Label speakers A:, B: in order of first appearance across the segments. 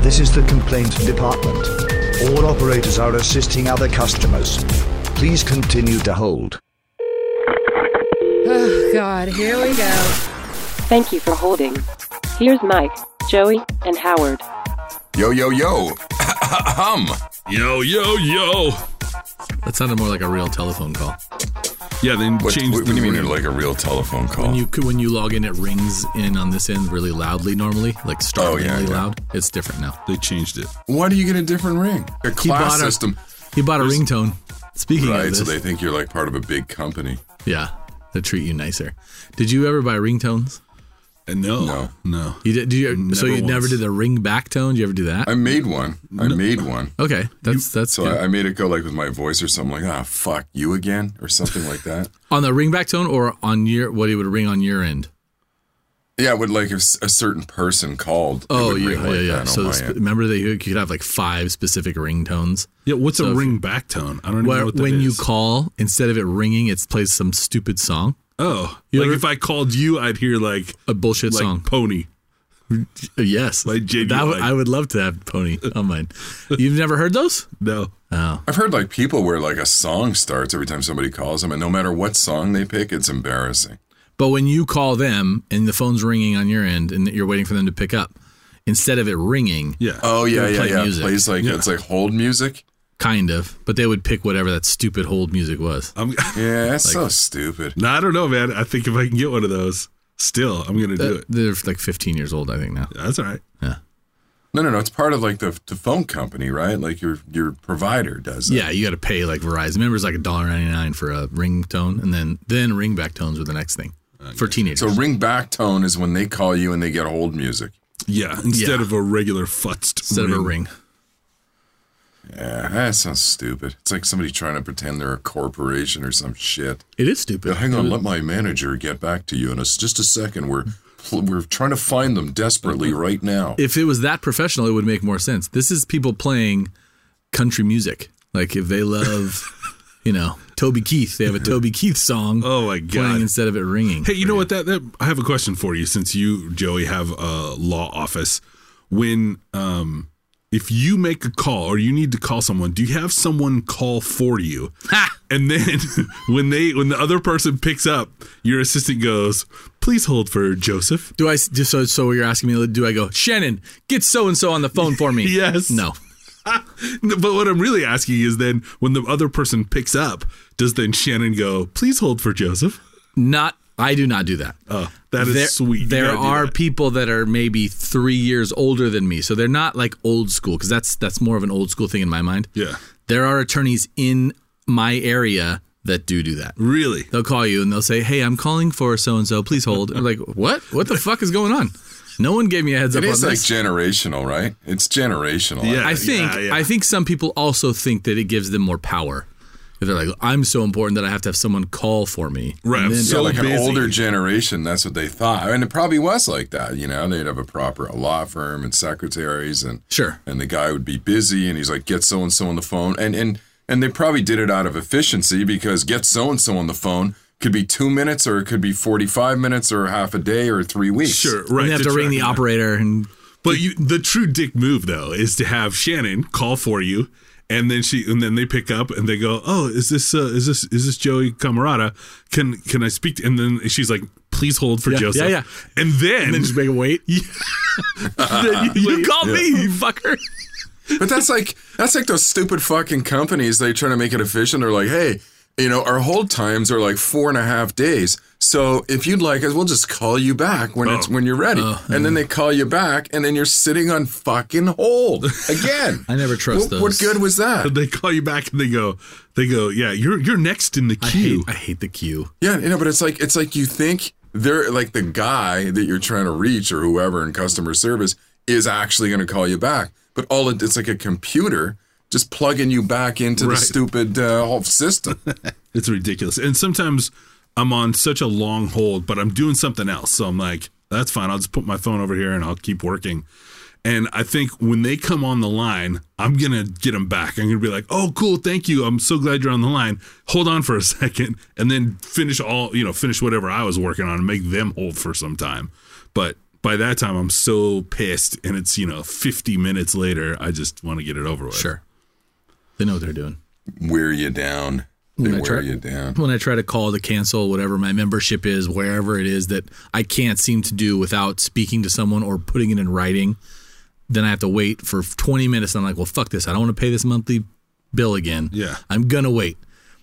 A: This is the complaint department. All operators are assisting other customers. Please continue to hold.
B: Oh, God, here we go.
C: Thank you for holding. Here's Mike, Joey, and Howard.
D: Yo, yo, yo. Ahem.
E: Yo, yo, yo. That sounded more like a real telephone call. Yeah, then
D: What,
E: change
D: what
E: the
D: do you mean
E: ring.
D: they're like a real telephone call?
E: when you when you log in, it rings in on this end really loudly normally, like startlingly
D: Oh, yeah.
E: loud. It's different now.
F: They changed it.
D: Why do you get a different ring? A class
E: bought a-
D: system.
E: He bought a ringtone. Speaking
D: right,
E: of
D: so
E: this,
D: they think you're like part of a big company.
E: yeah, they treat you nicer. Did you ever buy ringtones?
F: And no,
D: No.
F: no,
E: You did. did you, so you
F: Never
E: never
F: once.
E: did the ring back tone. Did you ever do that?
D: I made one. I made one.
E: okay, that's that's
D: So
E: good.
D: I, I made it go like with my voice or something like, ah, fuck you again or something like that.
E: on the ring back tone or on your what it would ring on your end.
D: Yeah, it would like if s- a certain person called. it
E: Oh
D: would
E: yeah,
D: ring
E: yeah,
D: like
E: yeah.
D: that on
E: So
D: my
E: sp-
D: end.
E: remember that you could have like five specific ringtones.
F: Yeah, what's
E: So
F: a
E: if-
F: ring back tone? I don't even know
E: Where
F: what that
E: when you
F: is.
E: call, instead of it ringing, it plays some stupid song,
F: Oh,
E: You
F: like
E: ever-
F: if I called you, I'd hear like
E: a bullshit
F: like
E: song.
F: pony.
E: Yes,
F: Like genuine.
E: that would- I would love to have pony on mine. You've never heard those?
F: No,
D: I've heard like people where like a song starts every time somebody calls them, and no matter what song they pick, it's embarrassing.
E: But when you call them and the phone's ringing on your end and you're waiting for them to pick up, instead of it ringing,
F: yeah.
D: Oh yeah,
E: They
D: yeah,
E: play
D: yeah. It
E: music.
D: plays like
F: Yeah.
D: it's like hold music.
E: kind of, but they would pick whatever that stupid hold music was.
F: I'm,
D: Yeah, that's so stupid.
F: no, I don't know, man. I think if I can get one of those, still, I'm gonna
E: Uh,
F: do it.
E: They're like 15 years old, I think now.
F: That's all right.
D: No, no, no. It's part of like the, the phone company, right? Like your your provider does. That.
E: Yeah, you got to pay like Verizon. Remember, it's like $1.99 for a ringtone, and then then ringback tones were the next thing for teenagers.
D: So ring back tone is when they call you and they get hold music.
F: Yeah, instead
E: Yeah.
F: of a regular futzed
E: instead
F: ring.
E: of a ring.
D: Yeah, that sounds stupid. It's like somebody trying to pretend they're a corporation or some shit.
E: It is
D: Yeah,
E: stupid.
D: hang on, let my manager get back to you in a, s- just a second. We're we're trying to find them desperately right now.
E: If Mm-hmm. it was that professional, it would make more sense. This is people playing country music. Like if they love, you know, Toby Keith, they have a Toby Keith song.
F: Oh my
E: Playing
F: god.
E: instead of it ringing.
F: Hey, you know what? That, that I have a question for you since you, Joey, have a law office. When, um, if you make a call or you need to call someone, do you have someone call for you?
E: Ha!
F: And then when they when the other person picks up, your assistant goes, "Please hold for Joseph."
E: Do I just so so you're asking me? Do I go Shannon? Get so and so on the phone for me.
F: Yes.
E: No.
F: No, But what I'm really asking is then when the other person picks up, does then Shannon go, "Please hold for Joseph"?
E: Not. I do not do that.
F: Oh, that is
E: there,
F: sweet. You
E: There
F: gotta do
E: are
F: that.
E: people that are maybe three years older than me, so they're not like old school because that's that's more of an old school thing in my mind.
F: yeah,
E: There are attorneys in my area that do do that.
F: really.
E: They'll call you and they'll say, "Hey, I'm calling for so and so. Please hold." I'm like, "What? What the fuck is going on?" No one gave me a heads
D: It
E: up on
D: is like
E: this.
D: generational, right? It's generational.
F: Yeah.
E: I think
F: yeah.
E: I think some people also think that it gives them more power. If they're like, I'm so important that I have to have someone call for me.
F: Right,
E: And
F: I'm
E: then-
D: Yeah,
F: so
D: like
F: busy.
D: an older generation, that's what they thought, and it probably was like that. You know, they'd have a proper law firm and secretaries, and
E: Sure.
D: and the guy would be busy, and he's like, "Get so and so on the phone," and and and they probably did it out of efficiency because get so and so on the phone could be two minutes, or it could be forty-five minutes, or half a day, or three weeks.
F: Sure,
E: And
F: right.
E: they have to,
F: track
E: ring the
F: them down.
E: operator and
F: But you, the true dick move though is to have Shannon call for you, and then she and then they pick up and they go, "Oh, is this uh, is this is this Joey Camarada? Can can I speak?" to-" And then she's like, "Please hold for
E: Yeah,
F: Joseph."
E: yeah, yeah.
F: And then,
E: and then just make them wait. Then you, you called me, you fucker.
D: But that's like that's like those stupid fucking companies. They try to make it efficient. They're like, hey, you know, our hold times are like four and a half days. So if you'd like us, we'll just call you back when
E: Oh.
D: it's when you're ready.
E: Uh,
D: and then they call you back, and then you're sitting on fucking hold again.
E: I never trust
D: what, What
E: those.
D: good was that?
F: they call you back and they go, they go, "Yeah, you're you're next in the
E: I hate,
F: queue."
E: I hate the queue.
D: Yeah, you know, but it's like it's like you think they're like the guy that you're trying to reach or whoever in customer service is actually going to call you back, but all it, it's like a computer just plugging you back into the
F: Right.
D: stupid uh, whole system.
F: It's ridiculous. And sometimes I'm on such a long hold, but I'm doing something else. So I'm like, that's fine. I'll just put my phone over here and I'll keep working. And I think when they come on the line, I'm going to get them back. I'm going to be like, oh, cool. Thank you. I'm so glad you're on the line. Hold on for a second and then finish all, you know, finish whatever I was working on and make them hold for some time. But by that time I'm so pissed and it's, you know, 50 minutes later, I just want to get it over with.
E: Sure. They know what they're doing.
D: Wear you down. They
E: When I
D: wear
E: try-
D: you down.
E: When I try to call to cancel whatever my membership is, wherever it is that I can't seem to do without speaking to someone or putting it in writing, then I have to wait for 20 minutes. I'm like, well, fuck this. I don't want to pay this monthly bill again.
F: Yeah.
E: I'm going to wait.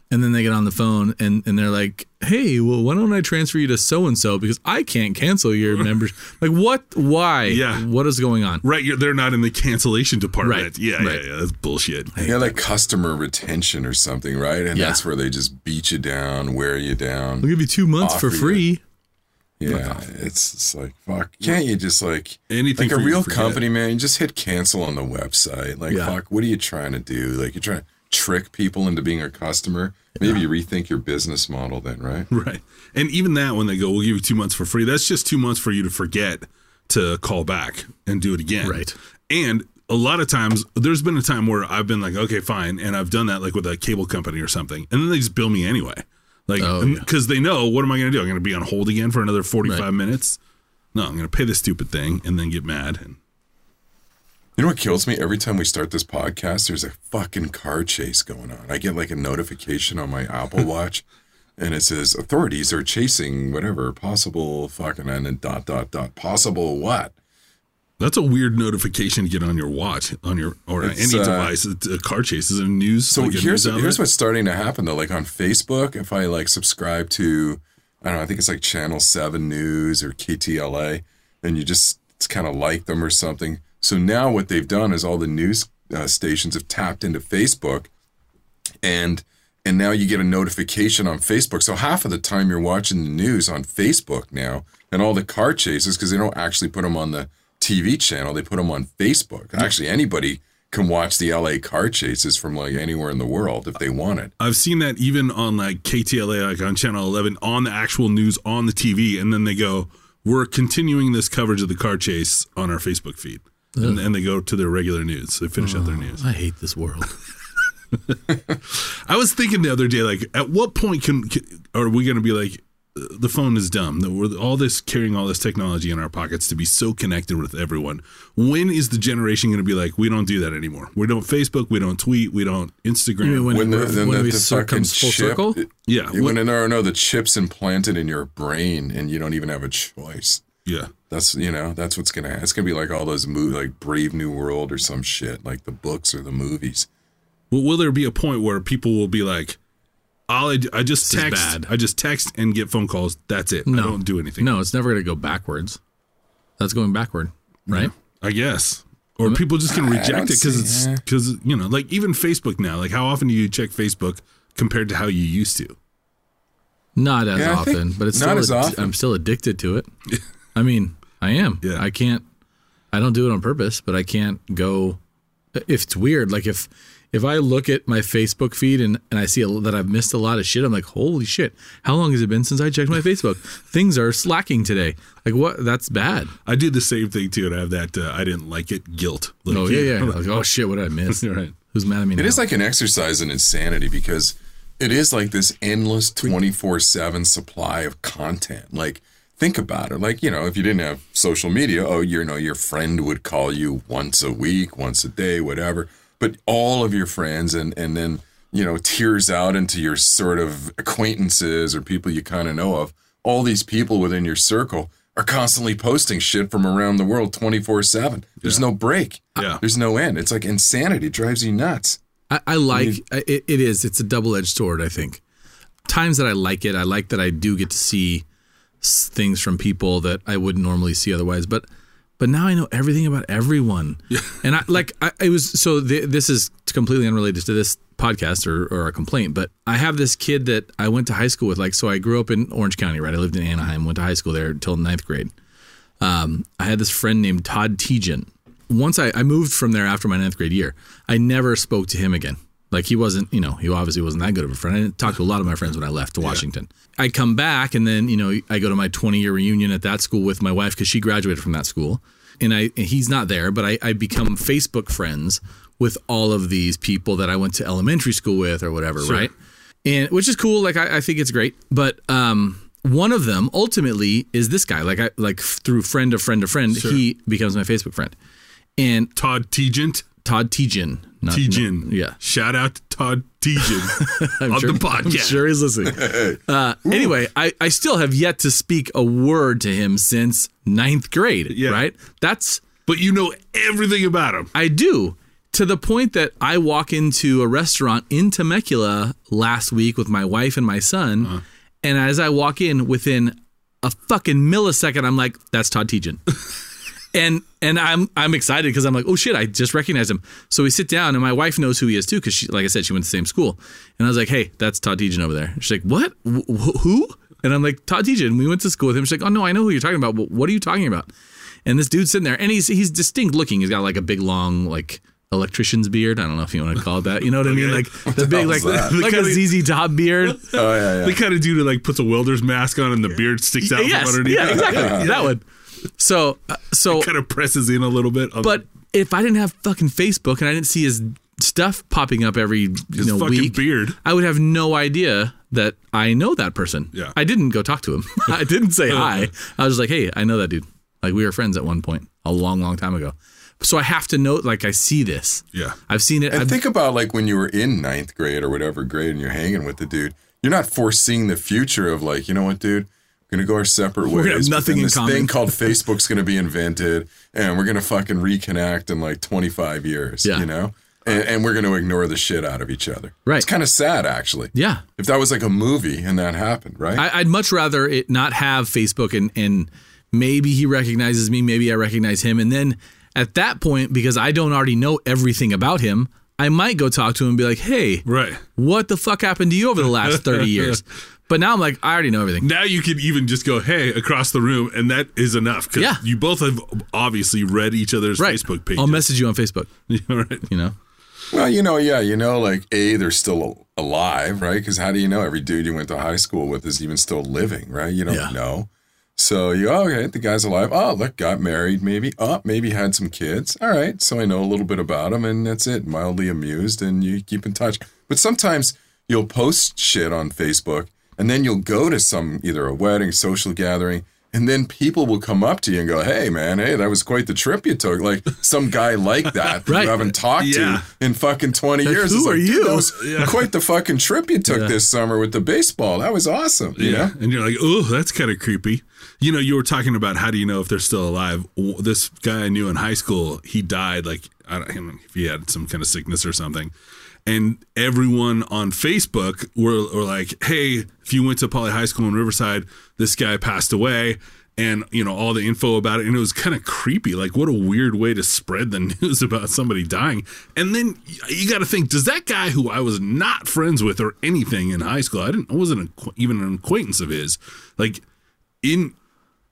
E: And then they get on the phone and, and they're like, hey, well, why don't I transfer you to so and so? Because I can't cancel your membership. Like, what? Why?
F: Yeah.
E: What is going on?
F: Right. You're, they're not in the cancellation department.
E: Right,
F: Yeah,
E: right.
F: yeah. Yeah. That's bullshit.
D: Yeah, like customer retention or something, right? And
E: Yeah.
D: that's where they just beat you down, wear you down.
E: I'll give you two months for
D: Offer you-
E: free.
D: Yeah, it's, it's like fuck. Can't you just like
F: Anything
D: like
F: for
D: a
F: you to
D: real
F: forget.
D: company, man? You just hit cancel on the website. Like
E: Yeah.
D: fuck, what are you trying to do? Like you're trying to trick people into being a customer. Maybe you rethink your business model then, right?
F: Right. And even that, when they go, we'll give you two months for free, that's just two months for you to forget to call back and do it again.
E: Right.
F: And a lot of times, there's been a time where I've been like, okay, fine. And I've done that like with a cable company or something. And then they just bill me anyway. Like,
E: Oh, yeah.
F: because they know, what am I going to do? I'm going to be on hold again for another 45
E: Right.
F: minutes. No, I'm going to pay this stupid thing and then get mad. And
D: You know what kills me? Every time we start this podcast, there's a fucking car chase going on. I get like a notification on my Apple Watch and it says authorities are chasing whatever possible fucking and then dot dot dot possible what?
F: that's a weird notification to get on your watch, on your, or
D: It's,
F: any
D: uh,
F: device. It's a car chase is a news.
D: So
F: like a
D: here's
F: news outlet.
D: here's what's starting to happen though. Like on Facebook, if I like subscribe to, I don't know, I think it's like Channel Seven News or KTLA, and you just kind of like them or something. So now what they've done is all the news uh, stations have tapped into Facebook, and and now you get a notification on Facebook. So half of the time you're watching the news on Facebook now, and all the car chases because they don't actually put them on the TV channel; they put them on Facebook. Actually, anybody can watch the LA car chases from like anywhere in the world if they wanted.
F: I've seen that even on like KTLA, like on Channel 11, on the actual news on the TV, and then they go, "We're continuing this coverage of the car chase on our Facebook feed," and, and they go to their regular news. They finish out their news.
E: I hate this world.
F: I was thinking the other day, like, at what point can, can are we going to be like, uh, the phone is dumb that we're all this carrying all this technology in our pockets to be so connected with everyone? When is the generation going to be like, we don't do that anymore? We don't Facebook, we don't tweet, we don't Instagram.
D: When the- then the-
E: we
D: the
E: cir-
D: fucking
E: comes full
D: chip-
E: circle?
F: yeah,
D: You
F: what-
D: went in there, no, the chip's implanted in your brain, and you don't even have a choice.
F: yeah.
D: That's you know that's what's gonna it's gonna be like all those movies like Brave New World or some shit like the books or the movies.
F: Well, will there be a point where people will be like, "All I, do- I just
E: This is
F: text,
E: bad.
F: I just text and get phone calls. That's it. I don't do anything."
E: No, it's never going to go backwards. That's going backward, right?
F: I guess. Or people just gonna reject it
D: don't
F: because it's
D: see-
F: because you know, like even Facebook now. Like, how often do you check Facebook compared to how you used to?
E: Not as
D: Yeah, I
E: often,
D: think
E: but it's
D: not
E: still
D: as
E: ad-
D: often.
E: I'm still addicted to it. I mean, I am.
F: Yeah.
E: I can't. I don't do it on purpose, but I can't go. If it's weird, like if if I look at my Facebook feed and and I see a, that I've missed a lot of shit, I'm like, holy shit! How long has it been since I checked my Facebook? Things are slacking today. Like what? That's bad.
F: I did the same thing too, and I have that uh, I didn't like it guilt. Like,
E: Oh yeah, yeah. Like oh shit, what did I miss?
F: You're right.
E: Who's mad at me?
D: It
E: now?
D: is like an exercise in insanity because it is like this endless 24 7 supply of content. Like, think about it. Like, you know, if you didn't have social media, oh, you know, your friend would call you once a week, once a day, whatever. But all of your friends and, and then, you know, tears out into your sort of acquaintances or people you kind of know of, all these people within your circle are constantly posting shit from around the world 24 7. There's no break.
F: Yeah.
D: There's no end. It's like insanity. It drives you nuts.
E: I, I like I it, it is. It's a double edged sword. I think times that I like it, I like that I do get to see s- things from people that I wouldn't normally see otherwise. But but now I know everything about everyone, and I like I it was so. Th- this is completely unrelated to this podcast or or a complaint, but I have this kid that I went to high school with. Like so, I grew up in Orange County, right? I lived in Anaheim, went to high school there until ninth grade. um, I had this friend named Todd Tejan. Once I, I moved from there after my ninth grade year, I never spoke to him again. Like he wasn't, you know, he obviously wasn't that good of a friend. I didn't talk to a lot of my friends when I left to Washington. I come back and then, you know, I go to my 20 year reunion at that school with my wife because she graduated from that school. And I and he's not there, but I, I become Facebook friends with all of these people that I went to elementary school with or whatever, right? and which is cool. Like I, I think it's great, but um, one of them ultimately is this guy. Like I like through friend of friend of friend,
F: Sure.
E: he becomes my Facebook friend. And
F: Todd Tegent.
E: Todd Tejin, not
F: Tejin.
E: no, yeah.
F: Shout out to Todd Tejin
E: I'm
F: on
E: sure,
F: the
E: I'm
F: podcast.
E: sure he's listening. Uh, anyway, I, I still have yet to speak a word to him since ninth grade.
F: Yeah.
E: Right? That's
F: But you know everything about him.
E: I do. To the point that I walk into a restaurant in Temecula last week with my wife and my son.
F: Uh-huh.
E: And as I walk in, within a fucking millisecond, I'm like, that's Todd Tejan. and and I'm I'm excited because I'm like, oh shit, I just recognized him. So we sit down and my wife knows who he is too, because she like I said, she went to the same school. And I was like, hey, that's Todd Tejan over there. She's like, what? Wh- wh- who? And I'm like, Todd Tejan. We went to school with him. She's like, oh no, I know who you're talking about. But what are you talking about? And this dude's sitting there, and he's he's distinct looking. He's got like a big long like electrician's beard. I don't know if you want to call it that. You know what I mean? Like the big like
D: hell's
E: like a ZZ Top beard.
D: Oh yeah,
F: The kind of dude that like puts a welder's mask on and the beard sticks out
E: yes,
F: from underneath.
E: yeah, exactly that one. So uh, so
F: Kind of presses in a little bit. on
E: But if I didn't have fucking Facebook and I didn't see his stuff popping up every you
F: his
E: know,
F: fucking
E: week,
F: beard.
E: I would have no idea that I know that person.
F: Yeah.
E: I didn't go talk to him. I didn't say hi. I was like, hey, I know that dude. Like we were friends at one point, a long, long time ago. So I have to know, like I see this.
F: Yeah.
E: I've seen it.
D: And
E: I've,
D: think about like when you were in ninth grade or whatever grade and you're hanging with the dude, you're not foreseeing the future of like, you know what, dude, we're gonna go our separate ways.
E: gonna have
D: but
E: nothing
D: then
E: in
D: this
E: common.
D: thing called Facebook's gonna be invented and we're gonna fucking reconnect in like 25 years,
E: Yeah.
D: you know? And, and we're gonna ignore the shit out of each other.
E: Right.
D: It's kind of sad actually.
E: yeah.
D: If that was like a movie and that happened, right?
E: I, I'd much rather it not have Facebook and and maybe he recognizes me, maybe I recognize him, and then at that point, because I don't already know everything about him, I might go talk to him and be like, "Hey,
F: Right.
E: what the fuck happened to you over the last thirty years?" But now I'm like, I already know everything.
F: Now you can even just go, hey, across the room, and that is enough. 'cause
E: Yeah.
F: You both have obviously read each other's
E: Right?
F: Facebook pages.
E: I'll message you on Facebook.
F: right.
E: You know,
D: Well, you know, yeah, you know, like a they're still al- alive, right? Because how do you know every dude you went to high school with is even still living, right? You don't
E: Yeah.
D: know. So you oh, okay, the guy's alive. Oh, look, got married, maybe. Oh, maybe had some kids. All right, so I know a little bit about him, and that's it. Mildly amused, and you keep in touch. But sometimes you'll post shit on Facebook, and then you'll go to some either a wedding, social gathering, and then people will come up to you and go, "Hey, man, hey, that was quite the trip you took." Like some guy like that that
E: Right.
D: you haven't talked
F: Yeah.
D: to in fucking 20 years.
E: who
D: It's
E: are
D: dude,
E: you?
D: That was quite the fucking trip you took this summer with the baseball. That was awesome. You know?
F: And you're like, oh, that's kind of creepy. You know, you were talking about how do you know if they're still alive? W- This guy I knew in high school, he died like, I don't know if he had some kind of sickness or something. And everyone on Facebook were, were like, hey, if you went to Poly High School in Riverside, this guy passed away. And, you know, all the info about it. And it was kind of creepy. Like, what a weird way to spread the news about somebody dying. And then y- you got to think, does that guy who I was not friends with or anything in high school, I didn't, I wasn't acqu- even an acquaintance of his, like, in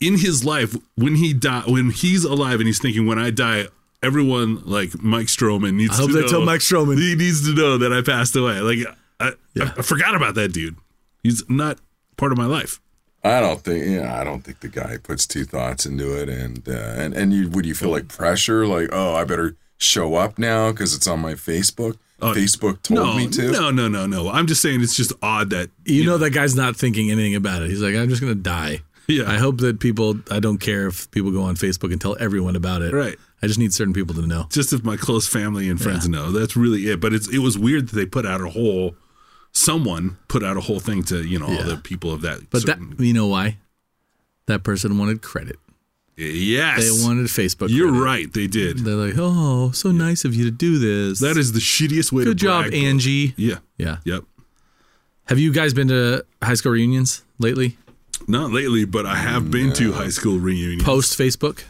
F: in his life when he die when he's alive and he's thinking when I die everyone like Mike Stroman needs
E: hope
F: to
E: they
F: know,
E: tell Mike Stroman.
F: he needs to know that I passed away like I, I, I forgot about that dude he's not part of my life
D: I don't think, yeah, I don't think the guy puts two thoughts into it. And, uh, and, and you, would you feel like pressure? Like, oh, I better show up now because it's on my Facebook. Facebook told
F: no
D: me to.
F: no no no no I'm just saying it's just odd that
E: you know that guy's not thinking anything about it. He's like, I'm just gonna die.
F: Yeah.
E: I hope that people. I don't care if people go on Facebook and tell everyone about it.
F: Right.
E: I just need certain people to know.
F: just if my close family and friends know that's really it but it's it was weird that they put out a whole someone put out a whole thing to you know all the people of that
E: But
F: certain-
E: that you know why? That person wanted credit. They
F: yes
E: wanted Facebook.
F: you're
E: credit.
F: right they did
E: They're like, oh, so nice of you to do this.
F: That is the shittiest way
E: good
F: to brag,
E: job,
F: bro.
E: Angie.
F: Yeah.
E: Yeah.
F: Yep.
E: Have you guys been to high school reunions lately?
F: Not lately, but I have been to high school reunions.
E: Post Facebook?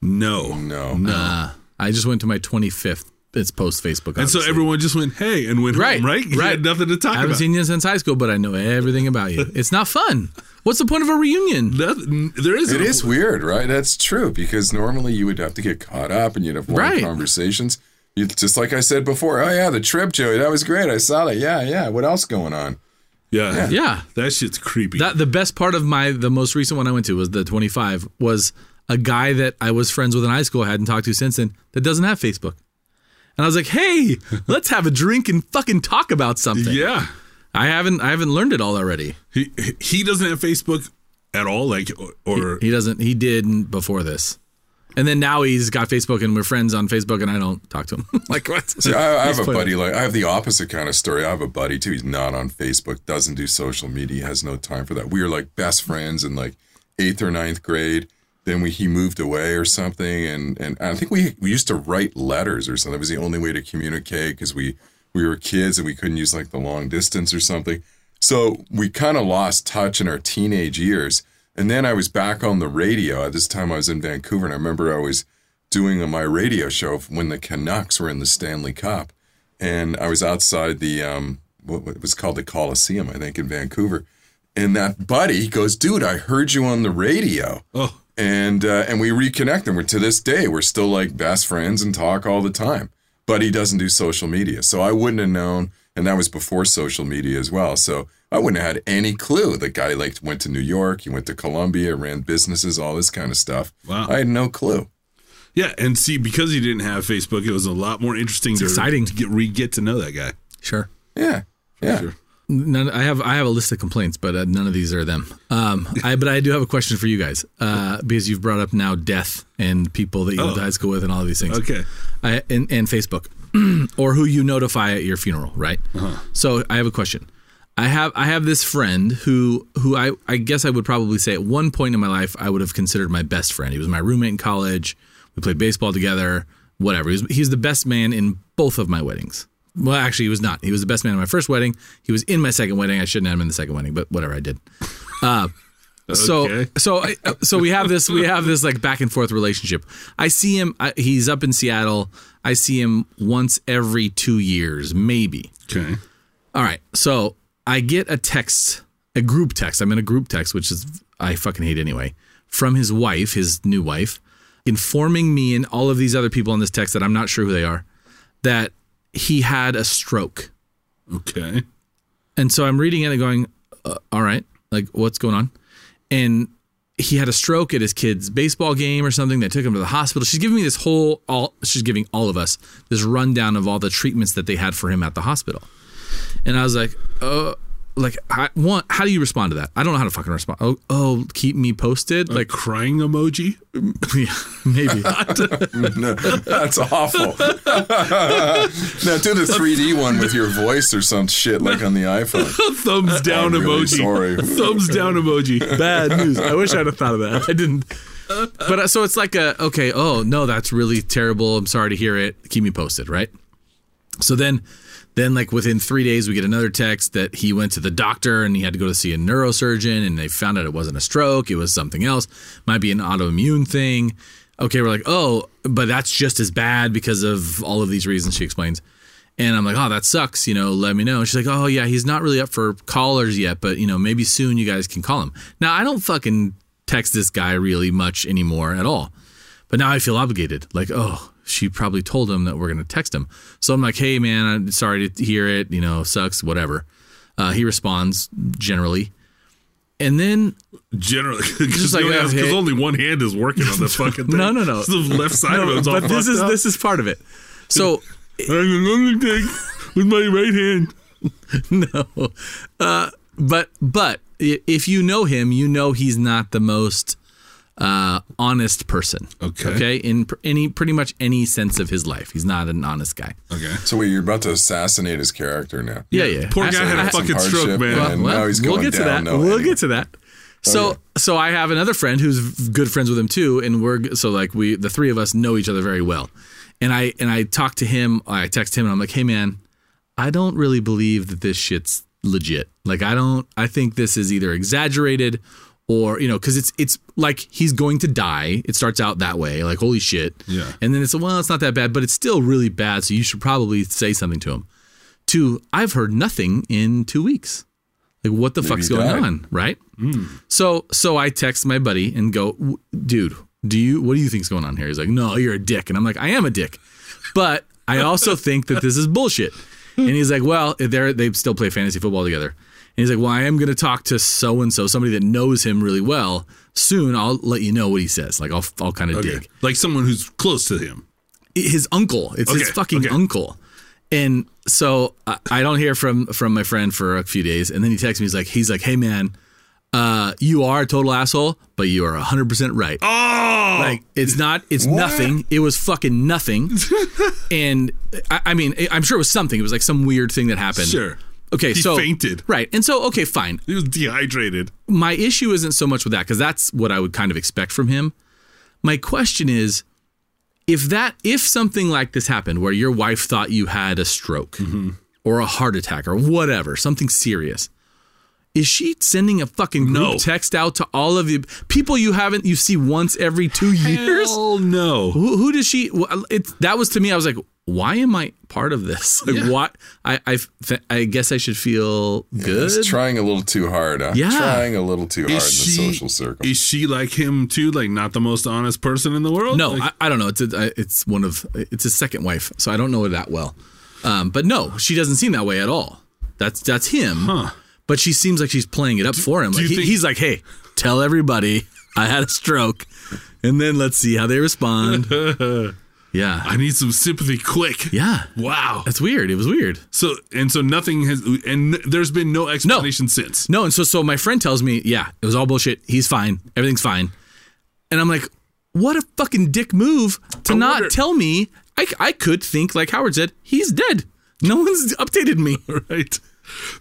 F: No.
D: No.
F: No.
E: I just went to my 25th. It's post Facebook.
F: and so
E: obviously.
F: everyone just went, hey, and went
E: Right,
F: home, right? You
E: right.
F: had nothing to talk
E: I haven't
F: about.
E: seen you since high school, but I know everything about you. It's not fun. What's the point of a reunion?
F: Nothing- there is.
D: It is weird, right? That's true because normally you would have to get caught up and you'd have long
E: Right.
D: conversations. You just like I said before. Oh yeah, the trip, Joey. That was great. I saw that. Yeah, yeah. What else going on?
F: Yeah. yeah.
E: Yeah.
F: That shit's creepy.
E: That the best part of my the most recent one I went to was the 25 was a guy that I was friends with in high school I hadn't talked to since then that doesn't have Facebook. And I was like, "Hey, let's have a drink and fucking talk about something."
F: yeah.
E: I haven't I haven't learned it all already.
F: He he doesn't have Facebook at all, like or, or
E: He doesn't. He did before this, and then now he's got Facebook, and we're friends on Facebook, and I don't talk to him. like what?
D: See, I, I have a
E: put it.
D: buddy like I have the opposite kind of story. I have a buddy too. He's not on Facebook, doesn't do social media, has no time for that. We were like best friends in like eighth or ninth grade. Then we he moved away or something, and and I think we we used to write letters or something. It was the only way to communicate because we we were kids and we couldn't use like the long distance or something. So we kind of lost touch in our teenage years. And then I was back on the radio. At this time, I was in Vancouver, and I remember I was doing my radio show when the Canucks were in the Stanley Cup, and I was outside the um, what what was called the Coliseum, I think, in Vancouver. And that buddy goes, "Dude, I heard you on the radio."
F: oh
D: and uh, and we reconnect and we're to this day we're still like best friends and talk all the time but he doesn't do social media so i wouldn't have known and that was before social media as well so i wouldn't have had any clue the guy like went to new york he went to columbia ran businesses all this kind of stuff
F: Wow.
D: i had no clue
F: yeah, and see because he didn't have Facebook, it was a lot more interesting. to,
E: exciting.
F: to get re get to know that guy.
E: Sure.
D: yeah yeah
F: sure.
E: None, I have I have a list of complaints, but uh, none of these are them. Um, I but I do have a question for you guys uh, because you've brought up now death and people that you went to
F: Oh.
E: high school with and all of these things.
F: Okay.
E: I, and, and Facebook, or who you notify at your funeral, right? So I have a question. I have I have this friend who who I I guess I would probably say at one point in my life I would have considered my best friend. He was my roommate in college. We played baseball together. Whatever. He was, he was the best man in both of my weddings. Well, actually, he was not. He was the best man in my first wedding. He was in my second wedding. I shouldn't have him in the second wedding, but whatever. I did. So
F: Okay.
E: so I- so we have this we have this like back and forth relationship. I see him. I, he's up in Seattle. I see him once every two years, maybe.
F: Okay.
E: All right. So I get a text, a group text. I'm in a group text, which is I fucking hate anyway, from his wife, his new wife, informing me and all of these other people in this text that I'm not sure who they are, that he had a stroke.
F: Okay.
E: And so I'm reading it and going, uh, all right, like what's going on? And he had a stroke at his kid's baseball game or something. They took him to the hospital. She's giving me this whole, all, she's giving all of us this rundown of all the treatments that they had for him at the hospital. And I was like, uh, like, I want, how do you respond to that? I don't know how to fucking respond. Oh, oh keep me posted. Like,
F: Crying emoji.
E: yeah, maybe.
D: no, that's awful now do the 3d one with your voice or some shit like on the iphone
F: Thumbs down
D: I'm really
F: emoji.
D: sorry.
F: Thumbs down emoji.
E: bad news. I wish I'd have thought of that. I didn't. But uh, so it's like a okay. Oh no, that's really terrible. I'm sorry to hear it. Keep me posted, right? So then, then like within three days, we get another text that he went to the doctor and he had to go to see a neurosurgeon, and they found out it wasn't a stroke. It was something else. Might be an autoimmune thing. Okay, we're like, oh, but that's just as bad because of all of these reasons she explains. And I'm like, oh, that sucks. You know, let me know. And she's like, oh, yeah, he's not really up for callers yet, but, you know, maybe soon you guys can call him. Now, I don't fucking text this guy really much anymore at all. But now I feel obligated. Like, oh, she probably told him that we're going to text him. So I'm like, hey, man, I'm sorry to hear it. You know, sucks, whatever. Uh, he responds generally. And then
F: Generally, because
E: Just like, okay.
F: only one hand is working on the fucking thing.
E: No, no, no.
F: The left side of it's all
E: but this
F: fucked
E: is
F: up.
E: this is part of it. So
F: I'm an undertaker with my right hand.
E: no. Uh, but but i- if you know him, you know he's not the most uh, honest person.
F: Okay.
E: Okay. In pr- any pretty much any sense of his life, he's not an honest guy.
F: Okay.
D: so wait you're about to assassinate his character now
E: Yeah, yeah.
F: Poor guy
E: Absolutely.
F: had a
E: That's
D: some
F: fucking
D: hardship,
F: stroke, man.
D: man. and now he's
E: we'll
D: going
E: get to that.
D: down, no,
E: we'll
D: anyway.
E: get to that. So, so I have another friend who's v- good friends with him too, and we're g- so like we, the three of us know each other very well, and I and I talk to him, I text him, and I'm like, hey man, I don't really believe that this shit's legit. Like I don't, I think this is either exaggerated or you know, because it's it's like he's going to die. It starts out that way, like holy shit,
F: Yeah.
E: and then it's well, it's not that bad, but it's still really bad. So you should probably say something to him. To I've heard nothing in two weeks. Like what the fuck's
D: he
E: going
D: died.
E: on, right? So so I text my buddy and go, "W- dude, do you what do you think's going on here? He's like, no, you're a dick, and I'm like, I am a dick, but I also think that this is bullshit. And he's like, well, they they still play fantasy football together. And he's like, well, I am going to talk to so and so, somebody that knows him really well. Soon, I'll let you know what he says. Like I'll I'll kind of
F: Okay.
E: dig
F: Like someone who's close to him.
E: his uncle. It's his
F: Okay,
E: fucking
F: okay.
E: uncle. And so I, I don't hear from from my friend for a few days, and then he texts me. He's like, he's like, hey man, uh, you are a total asshole, but you are hundred percent right.
F: Oh,
E: Like it's not, it's nothing. It was fucking nothing. and I, I mean, I- I'm sure it was something. It was like some weird thing that happened.
F: Sure.
E: Okay.
F: He
E: so
F: fainted.
E: Right. And so okay, fine.
F: he was dehydrated.
E: My issue isn't so much with that because that's what I would kind of expect from him. My question is, if that if something like this happened where your wife thought you had a stroke
F: Mm-hmm.
E: or a heart attack or whatever, something serious. Is she sending a fucking group
F: No.
E: text out to all of you people you haven't you see once every two years?
F: Hell no.
E: who, who does she? well, It, that was to me. I was like, why am I part of this? Like,
F: Yeah.
E: what? I, I th- I guess I should feel good.
D: It's trying a little too hard. Huh?
E: Yeah.
D: Trying a little too hard in the
F: Is she,
D: social circle.
F: is she like him too? Like not the most honest person in the world?
E: no,
F: Like,
E: I, I don't know. It's a, I- it's one of it's his second wife, so I don't know her that well. Um, but no, she doesn't seem that way at all. That's that's him. But she seems like she's playing it up for him.
F: do
E: Like
F: you
E: he,
F: think-
E: he's like, hey, tell everybody I had a stroke, and then let's see how they respond. yeah,
F: I need some sympathy quick.
E: yeah.
F: Wow.
E: That's weird. It was weird.
F: So and so nothing has and there's been no explanation since.
E: No, and so so my friend tells me, yeah, it was all bullshit. He's fine. Everything's fine. And I'm like, what a fucking dick move to
F: I
E: not
F: wonder-
E: tell me. I, I could think like Howard said, he's dead. No one's updated me.
F: right?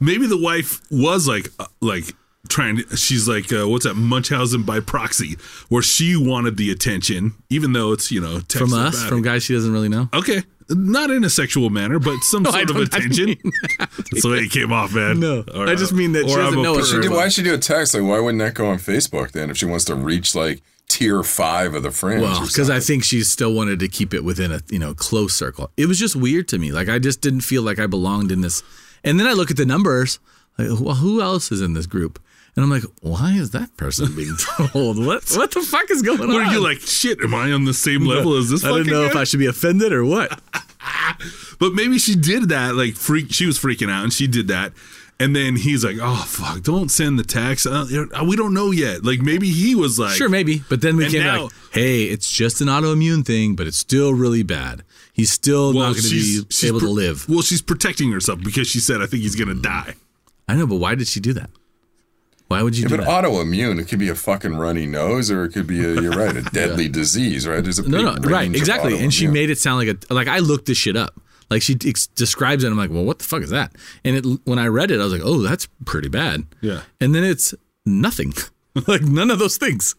F: Maybe the wife was like, uh, like trying to. She's like, uh, what's that? Munchausen by proxy, where she wanted the attention, even though it's you know text
E: From
F: about
E: us,
F: it.
E: from guys she doesn't really know.
F: Okay, not in a sexual manner, but some
E: I
F: sort of
E: don't- I didn't
F: attention. That's the way it came off, man.
E: No, I just mean that she
F: or I'm
E: doesn't
F: a
E: know it.
D: She
E: Sure.
D: did- why should she do a text? Like, why wouldn't that go on Facebook then if she wants to reach like tier five of the fringe?
E: Well,
D: or
E: because I
D: something?
E: think she still wanted to keep it within a you know close circle. It was just weird to me. Like I just didn't feel like I belonged in this. And then I look at the numbers. Like, well, who else is in this group? And I'm like, why is that person being told? What what the fuck is going on?
F: Were you like, shit? Am I on the same level as this?
E: I don't
F: fucking
E: know
F: guy?
E: if I should be offended or what.
F: But maybe she did that, like freak. She was freaking out, and she did that. And then he's like, "Oh fuck, don't send the text. Uh, we don't know yet. Like maybe he was like,
E: sure, maybe. But then we
F: And
E: came
F: now-
E: like, hey, it's just an autoimmune thing, but it's still really bad. He's still not going to be
F: she's
E: able to
F: pro-
E: live.
F: Well, she's protecting herself because she said, "I think he's gonna die."
E: I know, but why did she do that? Why would you
D: If
E: do
D: an
E: that?
D: autoimmune, it could be a fucking runny nose, or it could be a you're right, a deadly disease, right? There's a
E: no,
D: big
E: no, right,
D: range of
E: exactly. And she
D: autoimmune.
E: made it sound like a like I looked this shit up. Like she ex- describes it, and I'm like, well, what the fuck is that? And it, when I read it, I was like, oh, that's pretty bad.
F: Yeah.
E: And then it's nothing, like none of those things.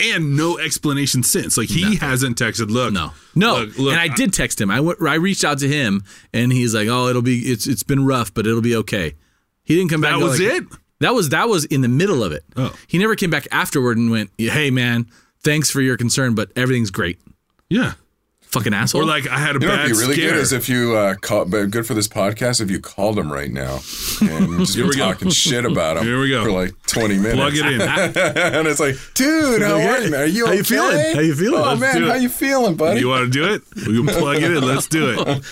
F: And no explanation since. Like he hasn't texted. Look,
E: No, no.
F: look, look,
E: and I, did text him. I went. I reached out to him, and he's like, "Oh, it'll be. It's it's been rough, but it'll be okay." He didn't come back.
F: That
E: and go
F: was
E: like-
F: it?
E: That was that was in the middle of it.
F: Oh.
E: He never came back afterward and went, "Hey, man, thanks for your concern, but everything's great."
F: Yeah.
E: Fucking asshole.
F: Or like I had a
D: You know,
F: bad
D: it'd be really
F: scare.
D: good is if you uh, call, but good for this podcast if you called him right now and just been
F: we go.
D: talking shit about him.
F: Here we go.
D: for like twenty minutes.
F: Plug it in.
D: and it's like, dude, how are you? man? Are you
E: How
D: okay?
E: you feeling? How you feeling?
D: Oh
E: Let's
D: man,
F: do
D: how
F: it.
D: you feeling, buddy?
F: you want to do it? We can plug it in. Let's do it.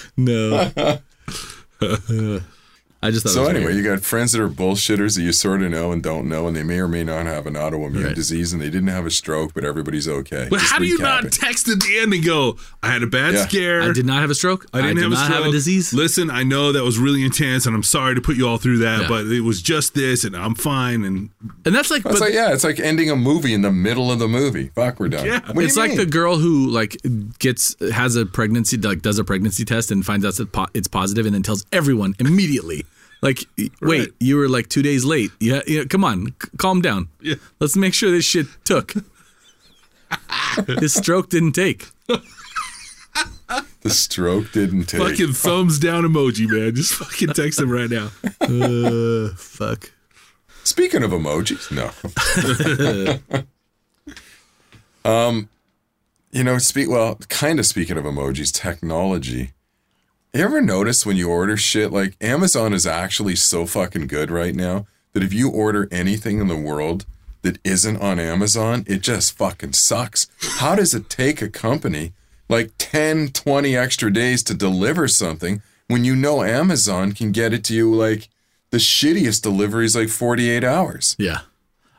E: no. I just thought. it
D: so
E: was
D: anyway,
E: weird.
D: you got friends that are bullshitters that you sort of know and don't know, and they may or may not have an autoimmune
E: Right.
D: disease, and they didn't have a stroke, but everybody's okay.
F: But
D: Just
F: how do you
D: recap
F: not
D: it.
F: text at the end and go? I had a bad
D: Yeah.
F: scare.
E: I did not have a stroke.
F: I didn't
E: did
F: have, a
E: not
F: stroke.
E: have a disease.
F: Listen, I know that was really intense, and I'm sorry to put you all through that,
E: Yeah.
F: but it was just this, and I'm fine. And
E: And that's like,
D: It's
E: but
D: like yeah, it's like ending a movie in the middle of the movie. Fuck, we're done.
F: Yeah.
D: What do you
E: it's like
D: mean?
E: the girl who like gets has a pregnancy like does a pregnancy test and finds out that po- it's positive and then tells everyone immediately. Like, y- wait,
F: Right.
E: you were like two days late. Yeah, yeah come on, c- calm down.
F: Yeah.
E: Let's make sure this shit took. His stroke didn't take.
D: the stroke didn't take.
E: Oh.
F: fucking thumbs down emoji, man. Just fucking text him right now.
E: Fuck.
D: Speaking of emojis, no. um, Um, you know, speak well, kind of speaking of emojis, technology. You ever notice when you order shit like Amazon is actually so fucking good right now that if you order anything in the world that isn't on Amazon, it just fucking sucks. How does it take a company like 10, 20 extra days to deliver something when you know Amazon can get it to you like the shittiest delivery is like 48 hours?
E: Yeah.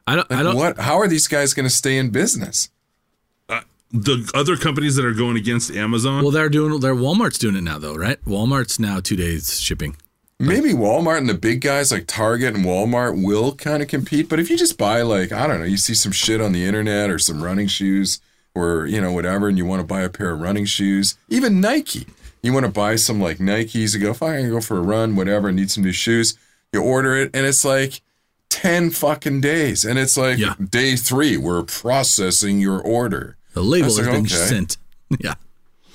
E: I don't. I
D: Like
E: don't.
D: what? How are these guys going to stay in business?
F: Uh, the other companies that are going against Amazon.
E: Well, they're doing. Their Walmart's doing it now, though, right? Walmart's now two days shipping.
D: Maybe Walmart and the big guys like Target and Walmart will kind of compete, but if you just buy like I don't know, you see some shit on the internet or some running shoes or you know whatever, and you want to buy a pair of running shoes, even Nike. You want to buy some like Nikes and go, fine, I'm gonna go for a run, whatever, need some new shoes. You order it, and it's like ten fucking days, and it's like
E: Yeah.
D: day three, we're processing your order.
E: The label
D: That's
E: has
D: like,
E: been
D: okay.
E: sent. Yeah.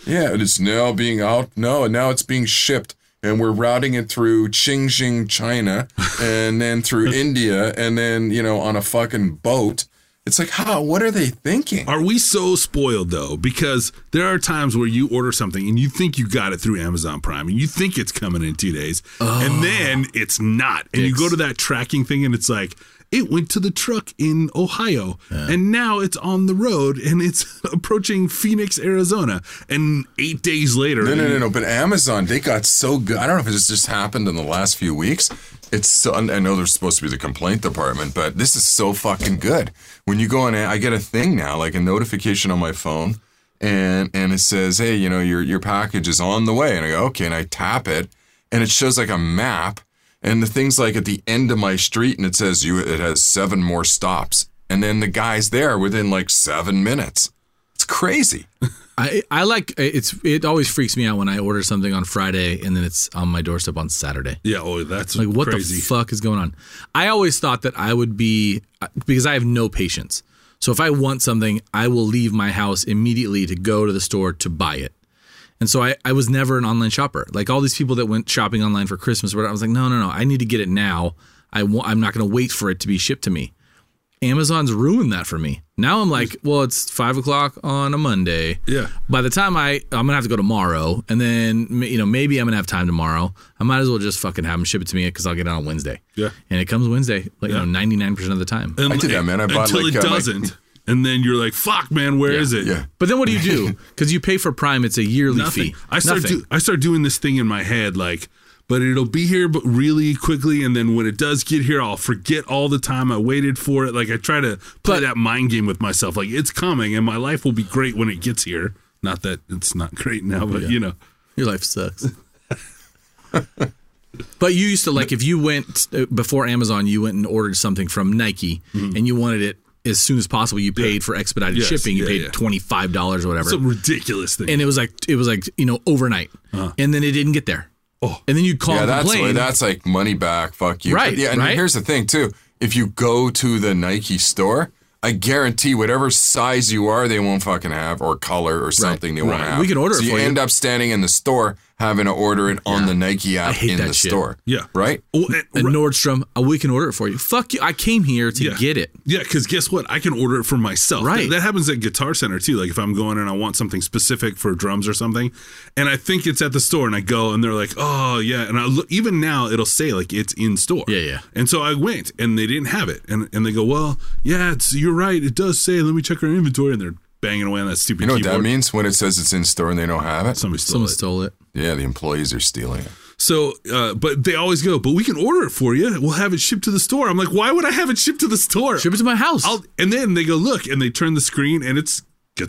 D: Yeah, it is now being out. No, and now it's being shipped, and we're routing it through Qingxing, China, and then through India, and then you know on a fucking boat. It's like, how? What are they thinking?
F: Are we so spoiled though? Because there are times where you order something and you think you got it through Amazon Prime and you think it's coming in two days,
D: Oh.
F: and then it's not. And you
E: Dicks.
F: go to that tracking thing and it's like it went to the truck in Ohio and now it's on the road and it's approaching Phoenix, Arizona. And eight days later,
D: No, no, no, no. But Amazon, they got so good. I don't know if this just happened in the last few weeks. It's so, and I know they're supposed to be the complaint department, but this is so fucking good. When you go on, I get a thing now, like a notification on my phone, and and it says, hey, you know, your your package is on the way, and I go, okay, and I tap it, and it shows like a map, and the thing's like at the end of my street, and it says you it has seven more stops, and then the guy's there within like seven minutes. It's crazy.
E: I I like it's. It always freaks me out when I order something on Friday and then it's on my doorstep on Saturday.
F: Yeah, oh, that's
E: Like what
F: crazy.
E: the fuck is going on? I always thought that I would be because I have no patience. So if I want something, I will leave my house immediately to go to the store to buy it. And so I, I was never an online shopper. Like all these people that went shopping online for Christmas, whatever, I was like, no, no, no, I need to get it now. I wa- I'm not going to wait for it to be shipped to me. Amazon's ruined that for me. Now I'm like, well, it's five o'clock on a Monday.
F: Yeah.
E: By the time I, I'm gonna have to go tomorrow, and then m- you know maybe I'm gonna have time tomorrow. I might as well just fucking have them ship it to me because I'll get it on Wednesday.
F: Yeah.
E: And it comes Wednesday, like you know, 99 percent of the time.
F: And
D: I did
F: like-
D: that, man. I bought,
F: until
D: like,
F: it
D: uh, my-
F: doesn't, and then you're like, "Fuck, man, where is it?"
D: Yeah.
E: But then what do you do? Because you pay for Prime, it's a yearly
F: nothing.
E: fee.
F: I start
E: Nothing.
F: do, I start doing this thing in my head like but it'll be here but really quickly and then when it does get here I'll forget all the time I waited for it like I try to play
E: But-
F: that mind game with myself like it's coming and my life will be great when it gets here not that it's not great now but you know
E: Your life sucks. but you used to like if you went uh, before Amazon, you went and ordered something from Nike, and you wanted it as soon as possible. You paid for expedited
F: Mm-hmm. Yes,
E: shipping. You
F: yeah,
E: paid
F: yeah.
E: twenty five dollars or whatever.
F: it's a ridiculous thing
E: and it was like it was like you know overnight, and then it didn't get there. Oh, and then you'd call
D: Uh-huh. Yeah,
E: and
D: that's
E: complain.
D: that's like money back. Fuck you.
E: Right,
D: But yeah, and
E: right.
D: here's the thing too. If you go to the Nike store, I guarantee whatever size you are, they won't fucking have or color or something they won't
E: right.
D: have.
E: We can order
D: so
E: it
D: you.
E: for you.
D: end up standing in the store having to order it on the Nike app
E: hate
D: in
E: that
D: the
E: shit.
D: store.
F: Yeah.
D: Right.
F: Oh, and-
E: and Nordstrom, uh, we can order it for you. Fuck you! I came here to get it.
F: Yeah, because guess what? I can order it for myself.
E: Right.
F: That, that happens at Guitar Center too. Like if I'm going and I want something specific for drums or something, and I think it's at the store, and I go and they're like, "Oh yeah," and I look, even now it'll say like it's in store.
E: Yeah, yeah.
F: And so I went and they didn't have it, and and they go, "Well, yeah, it's you're right. It does say. Let me check our inventory." And they're banging away on that stupid.
D: You know what
F: keyboard.
D: that means when it says it's in store and they don't have it?
F: Somebody stole
E: Someone
F: it.
E: stole it.
D: Yeah, the employees are stealing it.
F: So, uh, but they always go, but we can order it for you. We'll have it shipped to the store. I'm like, why would I have it shipped to the store?
E: Ship it to my house.
F: I'll, and then they go look and they turn the screen and it's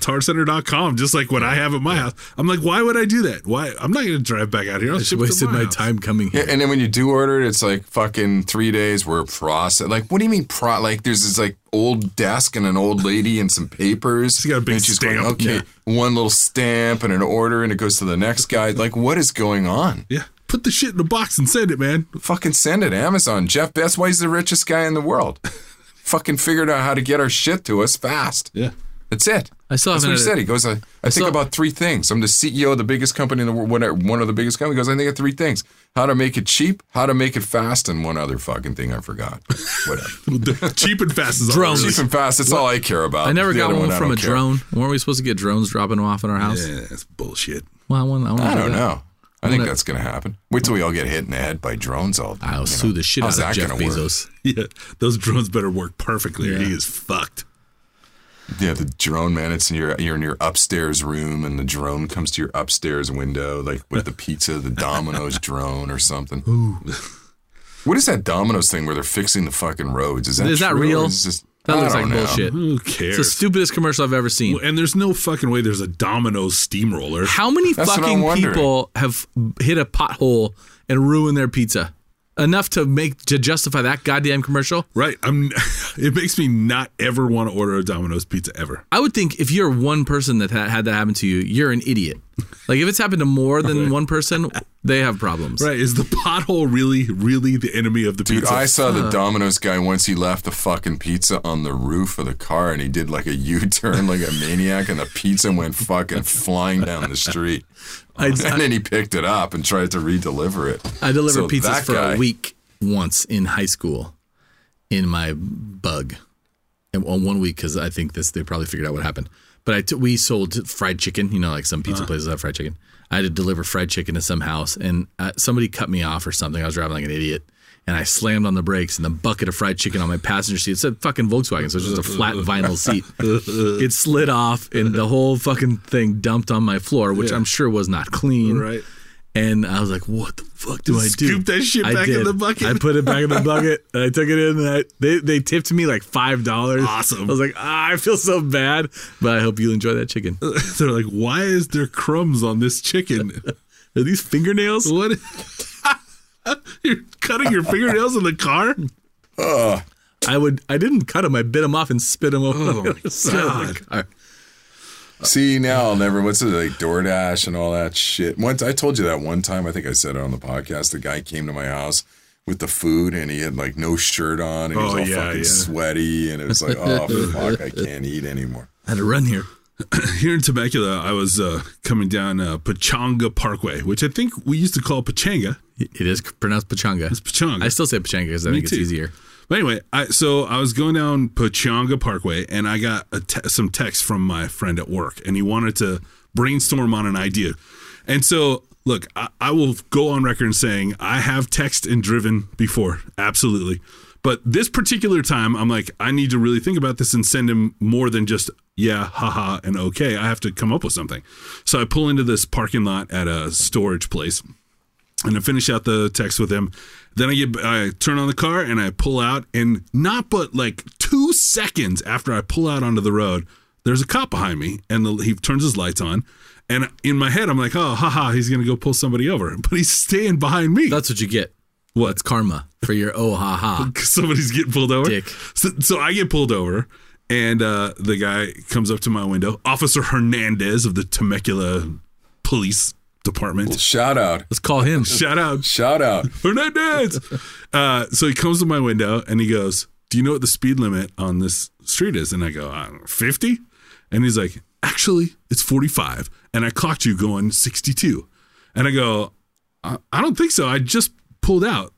F: guitarcenter.com just like what I have at my house. I'm like, why would I do that? Why? I'm not going to drive back out here. I'll
E: I just
F: ship it to
E: wasted
F: my
E: my
F: house.
E: time coming
D: Yeah,
E: here.
D: and then when you do order it, it's like fucking three days. We're process. Like, what do you mean pro? Like, there's this like old desk and an old lady and some papers.
F: She's got a big
D: and she's
F: stamp,
D: Going, okay, one little stamp and an order, and it goes to the next guy. Like, what is going on?
F: Yeah. Put the shit in a box and send it, man.
D: Fucking send it, Amazon. Jeff, that's why he's the richest guy in the world. fucking figured out how to get our shit to us fast.
F: Yeah.
D: That's it.
E: I still
D: That's what he
E: haven't had
D: said.
E: a-
D: He goes, I, I think
E: saw-
D: about three things. I'm the CEO of the biggest company in the world, whatever- one of the biggest companies. He goes, I think of three things how to make it cheap, how to make it fast, and one other fucking thing I forgot. Whatever.
F: The cheap and fast is all
E: Drones.
F: really-
D: cheap and fast, that's all I care about.
E: I never
D: The
E: got
D: other
E: one,
D: I
E: from
D: don't
E: a
D: care.
E: drone. Weren't we supposed to get drones dropping them off at our house?
F: Yeah, that's bullshit.
E: Well, I want. I, want
D: I don't
E: that.
D: know. I think
E: Wanna-
D: that's going to happen. Wait till we all get hit in the head by drones all day.
E: I'll sue the shit out
D: How's
E: of
D: that
E: Jeff
D: gonna work?
E: Bezos.
F: Yeah. Those drones better work perfectly or he is fucked.
D: Yeah, the drone man. It's in your you're in your upstairs room, and the drone comes to your upstairs window, like with the pizza, the Domino's drone or something. Ooh. What is that Domino's thing where they're fixing the fucking roads? Is that
E: Is that
D: true, or
E: real?
D: is this-
E: That
D: I
E: looks like
D: don't know.
E: bullshit.
F: Who
E: It's the
F: cares?
E: stupidest commercial I've ever seen.
F: and there's no fucking way there's a Domino's steamroller.
E: How many
D: That's what I'm
E: fucking
D: wondering.
E: people have hit a pothole and ruined their pizza? Enough to make to justify that goddamn commercial.
F: Right. I'm it makes me not ever want to order a Domino's pizza ever.
E: I would think if you're one person that ha- had that happen to you, you're an idiot. Like if it's happened to more than one person, they have problems.
F: Right. Is the pothole really, really the enemy of the
D: Dude,
F: pizza?
D: I saw the Domino's guy once he left the fucking pizza on the roof of the car and he did like a U turn like a maniac and the pizza went fucking flying down the street. and then he picked it up and tried to re deliver it.
E: I delivered
D: So
E: pizzas
D: that
E: for
D: guy-
E: a week once in high school in my bug. And on one week, because I think this, they probably figured out what happened. But I t- we sold fried chicken, you know, like some pizza places have fried chicken. I had to deliver fried chicken to some house, and uh, somebody cut me off or something. I was driving like an idiot, and I slammed on the brakes, and the bucket of fried chicken on my passenger seat. It's a fucking Volkswagen, so it's just a flat vinyl seat. it slid off, and the whole fucking thing dumped on my floor, which I'm sure was not clean.
F: Right.
E: And I was like, "What the fuck do I do?"
F: Scoop that shit
E: I
F: back in
E: did.
F: the bucket.
E: I put it back in the bucket. and I took it in. And I, they they tipped me like five dollars.
F: Awesome.
E: I was like, ah, I feel so bad, but I hope you enjoy that chicken. Are
F: They're like, why is there crumbs on this chicken?
E: these fingernails?
F: what? You're cutting your fingernails in the car?
E: I would. I didn't cut them. I bit them off and spit them over.
F: Oh,
E: on the other side of the car.
D: See, now I'll never, what's it like DoorDash and all that shit? Once I told you that one time, I think I said it on the podcast. The guy came to my house with the food and he had like no shirt on and he was
F: Oh,
D: all
F: yeah,
D: fucking
F: yeah.
D: sweaty and it was like, oh, fuck, I can't eat anymore.
E: I had to run here.
F: Here in Temecula, I was uh, coming down uh, Pachanga Parkway, which I think we used to call Pachanga.
E: It is pronounced pachanga.
F: It's Pachanga.
E: I still say pachanga because I think
F: too.
E: it's easier.
F: But anyway, I so I was going down Pachanga Parkway and I got a te- some text from my friend at work and he wanted to brainstorm on an idea. And so, look, I, I will go on record and saying I have text and driven before, absolutely. But this particular time, I'm like, I need to really think about this and send him more than just yeah, haha, and okay. I have to come up with something. So I pull into this parking lot at a storage place and I finish out the text with him. Then I get I turn on the car and I pull out, and not but like two seconds after I pull out onto the road, there's a cop behind me, and the, he turns his lights on. And in my head, I'm like, oh, haha, he's gonna go pull somebody over, but he's staying behind me.
E: That's what you get.
F: What's
E: It's karma for your oh ha ha.
F: 'Cause somebody's getting pulled over.
E: Dick.
F: So, so I get pulled over, and uh, the guy comes up to my window, Officer Hernandez of the Temecula Police Department.
E: Oh,
D: Shout out.
E: Let's call him.
F: Shout out.
D: Shout out.
F: Hernandez. uh, so he comes to my window and he goes, Do you know what the speed limit on this street is? And I go, I don't know, 50? And he's like, Actually, it's 45. And I clocked you going 62. And I go, I, I don't think so. I just pulled out.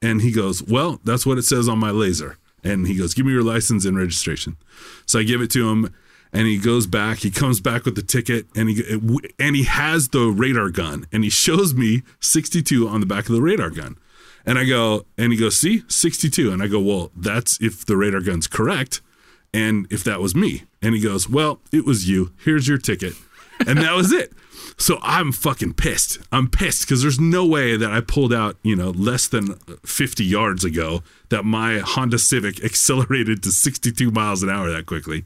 F: And he goes, Well, that's what it says on my laser. And he goes, Give me your license and registration. So I give it to him. And he goes back. He comes back with the ticket, and he and he has the radar gun, and he shows me 62 on the back of the radar gun, and I go, and he goes, see 62, and I go, well, that's if the radar gun's correct, and if that was me, and he goes, well, it was you. Here's your ticket, and that was it. So I'm fucking pissed. I'm pissed because there's no way that I pulled out, you know, less than 50 yards ago that my Honda Civic accelerated to 62 miles an hour that quickly.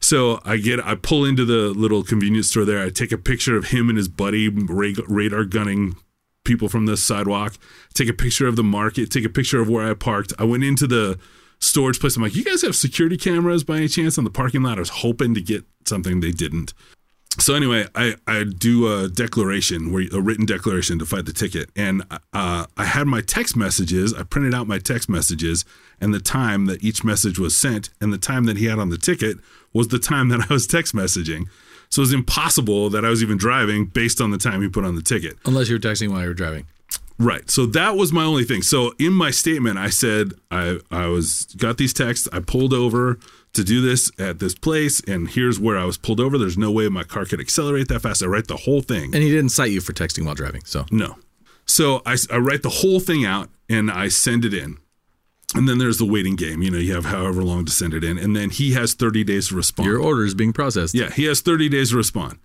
F: So I get, I pull into the little convenience store there. I take a picture of him and his buddy ra- radar gunning people from the sidewalk. Take a picture of the market. Take a picture of where I parked. I went into the storage place. I'm like, you guys have security cameras by any chance on the parking lot? I was hoping to get something. They didn't. So anyway, I, I do a declaration, where a written declaration to fight the ticket, and uh, I had my text messages. I printed out my text messages and the time that each message was sent, and the time that he had on the ticket was the time that I was text messaging. So it was impossible that I was even driving based on the time he put on the ticket.
E: Unless you were texting while you were driving.
F: Right. So that was my only thing. So in my statement, I said I I was got these texts. I pulled over to do this at this place, and here's where I was pulled over. There's no way my car could accelerate that fast. I write the whole thing.
E: And he didn't cite you for texting while driving. So
F: No. So I, I write the whole thing out and I send it in. And then there's the waiting game. You know, you have however long to send it in. And then he has 30 days to respond.
E: your order is being processed.
F: Yeah, he has 30 days to respond.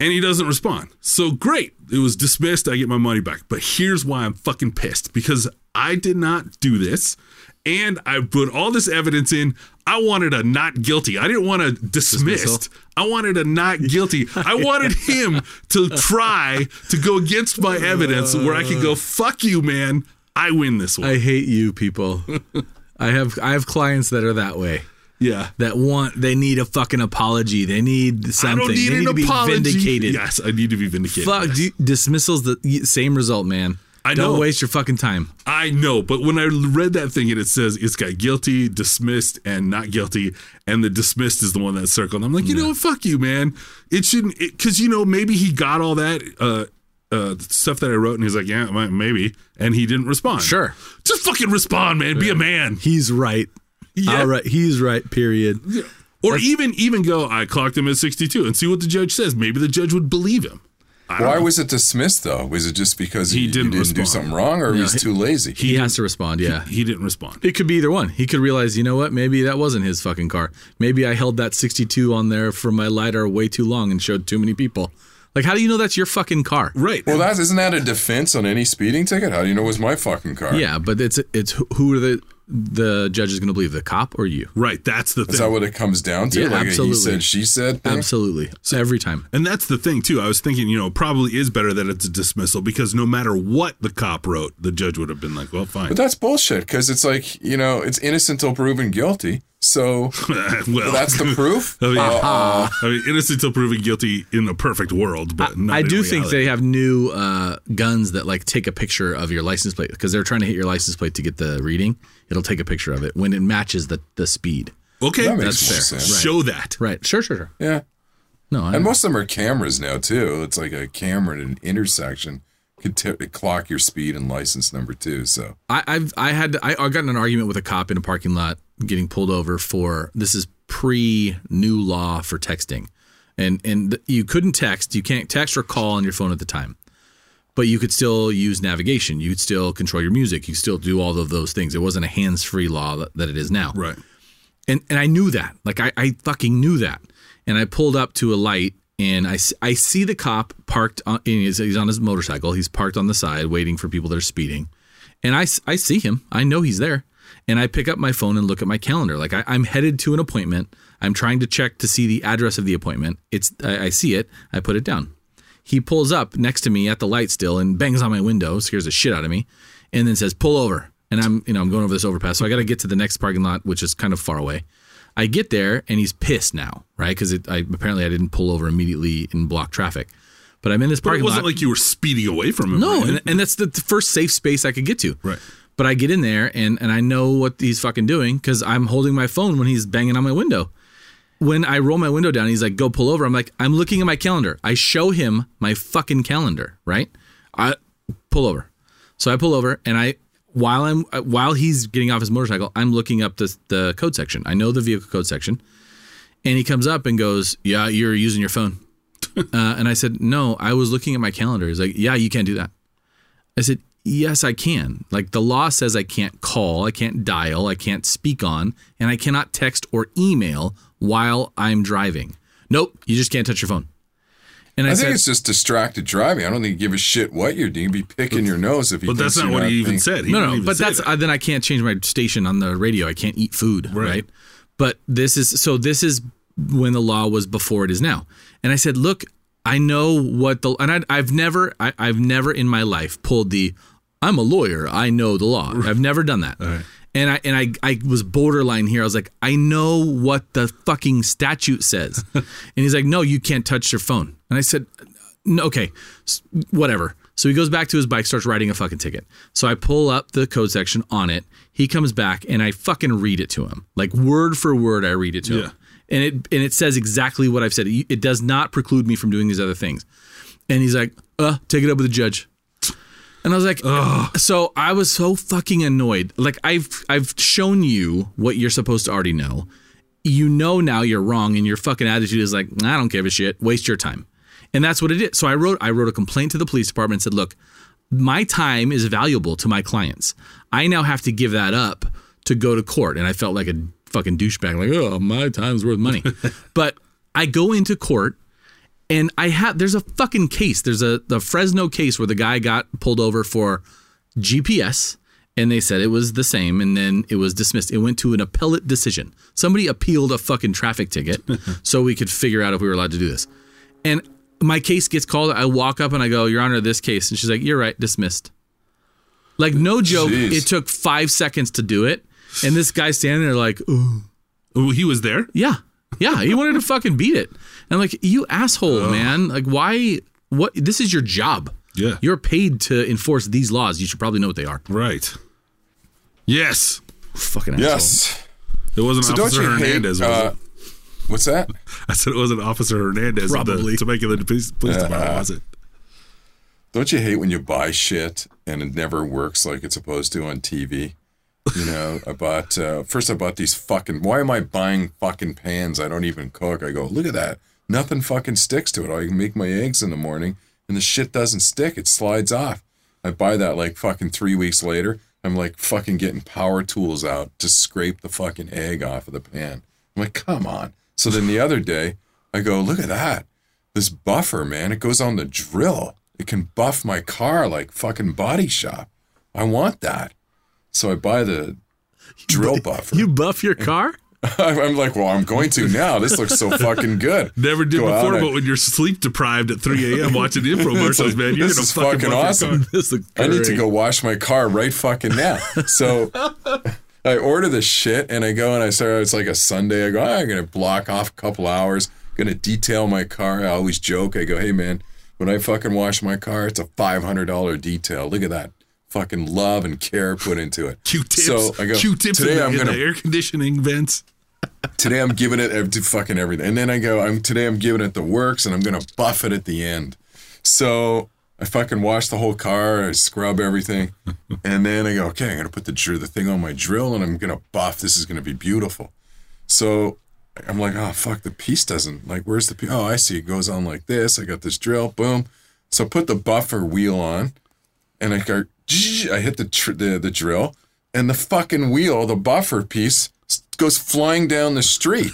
F: And he doesn't respond. So great. It was dismissed. I get my money back. But here's why I'm fucking pissed because I did not do this. and I put all this evidence in. I wanted a not guilty. I didn't want a dismissed. I wanted a not guilty. I wanted him to try to go against my evidence where I could go, fuck you, man. I win this one.
E: I hate you people. I have I have clients that are that way.
F: yeah.
E: That want they need a fucking apology. They need something.
F: I don't need
E: they
F: an
E: need to
F: apology.
E: be vindicated.
F: Yes, I need to be vindicated.
E: Fuck,
F: yes.
E: do dismissals the y- same result, man.
F: I
E: don't
F: know.
E: waste your fucking time.
F: I know, but when I read that thing and it says it's got guilty, dismissed, and not guilty, and the dismissed is the one that's circled. I'm like, you know what? Fuck you, man. It shouldn't, because, you know, maybe he got all that uh, uh, stuff that I wrote and he's like, yeah, mi- maybe. And he didn't respond.
E: Sure.
F: Just fucking respond, man. Be a man.
E: He's right.
F: Yeah.
E: All right, he's right. Period.
F: Or even even go, I clocked him at 62 and see what the judge says. Maybe the judge would believe him.
D: Why was it dismissed though? Was it just because he,
F: He
D: you
F: didn't
D: didn't, do
F: respond.
D: something wrong, or he was too lazy?
E: He, has to respond. Yeah,
F: He didn't respond.
E: it could be either one. He could realize, you know what? Maybe that wasn't his fucking car. Maybe I held that 62 on there for my lidar way too long and showed too many people. Like, how do you know that's your fucking car?
F: Right.
D: well, that isn't that a defense on any speeding ticket? How do you know it was my fucking car?
E: Yeah, but it's it's who- who are the the judge is going to believe the cop or you?
F: right. That's the thing.
D: Is that what it comes down to?
E: Yeah,
D: like a he
E: absolutely.
D: said, she said. Thing?
E: Absolutely, every time.
F: And that's the thing too. I was thinking, you know, it probably is better that it's a dismissal because no matter what the cop wrote, the judge would have been like, "Well, fine."
D: But that's bullshit because it's like you know it's innocent till proven guilty. So
F: well,
D: that's the proof. Uh-huh.
F: I mean, I mean, innocent until proven guilty in a perfect world, but not
E: I
F: in
E: do think
F: reality.
E: they have new uh, guns that like take a picture of your license plate because they're trying to hit your license plate to get the reading. It'll take a picture of it when it matches the, the speed.
F: okay.
D: That makes
F: that's
D: more
F: fair.
D: sense. Right.
F: Show that.
E: Right. Sure. Sure. Sure.
D: yeah,
E: No. I
F: Hmm.
D: and most of them are cameras now too. It's like a camera at an intersection could t- clock your speed and license number too. So
E: I, I've I had I, I got in an argument with a cop in a parking lot, getting pulled over for this is pre new law for texting, and and you couldn't text, you can't text or call on your phone at the time, but you could still use navigation, you could still control your music, you could still do all of those things. It wasn't a hands free law that, that it is now,
F: Right.
E: and and I knew that. Like I, I fucking knew that. And I pulled up to a light and I, s- I see the cop parked on and he's, he's on his motorcycle. He's parked on the side waiting for people that are speeding. And I, s- I see him. I know he's there. And I pick up my phone and look at my calendar. Like I, I'm headed to an appointment. I'm trying to check to see the address of the appointment. It's I, I see it. I put it down. He pulls up next to me at the light still and bangs on my window, scares the shit out of me, and then says, "Pull over." And I'm, you know, I'm going over this overpass, so I got to get to the next parking lot, which is kind of far away. I get there and he's pissed now, right? Because I, apparently I didn't pull over immediately and block traffic, but I'm in this
F: But
E: parking
F: it wasn't
E: lot.
F: like you were speeding away from him.
E: no,
F: right?
E: and, and that's the, the first safe space I could get to.
F: Right.
E: But I get in there and and I know what he's fucking doing because I'm holding my phone when he's banging on my window. When I roll my window down, he's like, "Go pull over." I'm like, "I'm looking at my calendar." I show him my fucking calendar, right? I pull over. So I pull over and I while I'm while he's getting off his motorcycle, I'm looking up the the code section. I know the vehicle code section. And he comes up and goes, "Yeah, you're using your phone." uh, and I said, "No, I was looking at my calendar." He's like, "Yeah, you can't do that." I said, Yes, I can. Like the law says, I can't call, I can't dial, I can't speak on, and I cannot text or email while I'm driving. Nope, you just can't touch your phone. And I,
D: I think
E: said,
D: it's just distracted driving. I don't think you give a shit what you're doing. You'd be picking your nose if you.
F: But that's not what he even said. He
E: No,
F: didn't
E: no,
F: even
E: but
F: say
E: that's
F: that.
E: uh, then I can't change my station on the radio. I can't eat food, right. But this is so this is when the law was before it is now. And I said, look, I know what the and I, I've never I, I've never in my life pulled the I'm a lawyer. I know the law. I've never done that. And I and I, I was borderline here. I was like, I know what the fucking statute says. and he's like, No, you can't touch your phone. And I said, "N- Okay, s- whatever. So he goes back to his bike, starts writing a fucking ticket. So I pull up the code section on it. He comes back and I fucking read it to him, like word for word. I read it to
F: Yeah.
E: him, and it and it says exactly what I've said. It it does not preclude me from doing these other things. And he's like, "Uh, take it up with the judge." And I was like, so I was so fucking annoyed. Like I've I've shown you what you're supposed to already know. You know now you're wrong, and your fucking attitude is like, I don't give a shit. Waste your time. And that's what it is. So I wrote I wrote a complaint to the police department and said, look, my time is valuable to my clients. I now have to give that up to go to court. And I felt like a fucking douchebag, like, oh, my time's worth money. but I go into court and I have there's a fucking case. There's a the Fresno case where the guy got pulled over for GPS and they said it was the same and then it was dismissed it went to an appellate decision somebody appealed a fucking traffic ticket so we could figure out if we were allowed to do this and my case gets called i walk up and i go your honor this case and she's like you're right dismissed like no joke
D: Jeez.
E: it took five seconds to do it and this guy standing there like ooh
F: Oh, he was there.
E: yeah. Yeah. He wanted to fucking beat it. And like, you asshole, man. Like, why? What? This is your job.
F: Yeah.
E: You're paid to enforce these laws. You should probably know what they are.
F: Right. Yes.
E: Fucking asshole.
D: Yes.
F: It wasn't
D: So don't
F: Officer
D: you hate?
F: Hernandez. was
D: uh,
F: it?
D: what's that?
F: I said it wasn't Officer Hernandez. of
E: Probably.
F: The Temecula Police, police Department, was it?
D: Don't you hate when you buy shit and it never works like it's supposed to on TV? You know, I bought uh, first. I bought these fucking. Why am I buying fucking pans? I don't even cook. I go look at that. Nothing fucking sticks to it. I make my eggs in the morning and the shit doesn't stick. It slides off. I buy that like fucking three weeks later. I'm like fucking getting power tools out to scrape the fucking egg off of the pan. I'm like, come on. So then the other day, I go look at that this buffer, man. It goes on the drill. It can buff my car like fucking body shop. I want that. So I buy the drill buffer.
E: You buff your car?
D: I'm I'm like, well, I'm going to now. This looks so fucking good.
F: Never did
D: Go out,
F: before,
D: I-
F: but when you're sleep deprived at 3 a.m. watching infomercials, man, you're
D: this
F: gonna
D: is
F: fucking,
D: fucking
F: buck your
D: awesome.
F: cock.
E: This looks
D: I need to
E: great.
D: go wash my car right fucking now. So I order this shit and I go and I start. It's like a Sunday. I go. "Ah, I'm gonna block off a couple hours. Gonna detail my car. I always joke. I go, hey man, when I fucking wash my car, it's a five hundred dollar detail. Look at that fucking love and care put into it.
F: Q-tips.
D: So I go.
F: Q-tips in,
D: Today
F: the,
D: I'm
F: in
D: gonna
F: the air conditioning vents.
D: today I'm giving it ev- to fucking everything. And then I go, I'm today I'm giving it the works and I'm gonna buff it at the end. So I fucking wash the whole car, I scrub everything, and then I go, okay, I'm gonna put the dr- the thing on my drill and I'm gonna buff. This is gonna be beautiful. So I'm like, oh fuck, the piece doesn't like. Where's the piece? Oh, I see. It goes on like this. I got this drill. Boom. So I put the buffer wheel on, and I go. zzzz, I hit the tr- the the drill, and the fucking wheel, the buffer piece, s- goes flying down the street.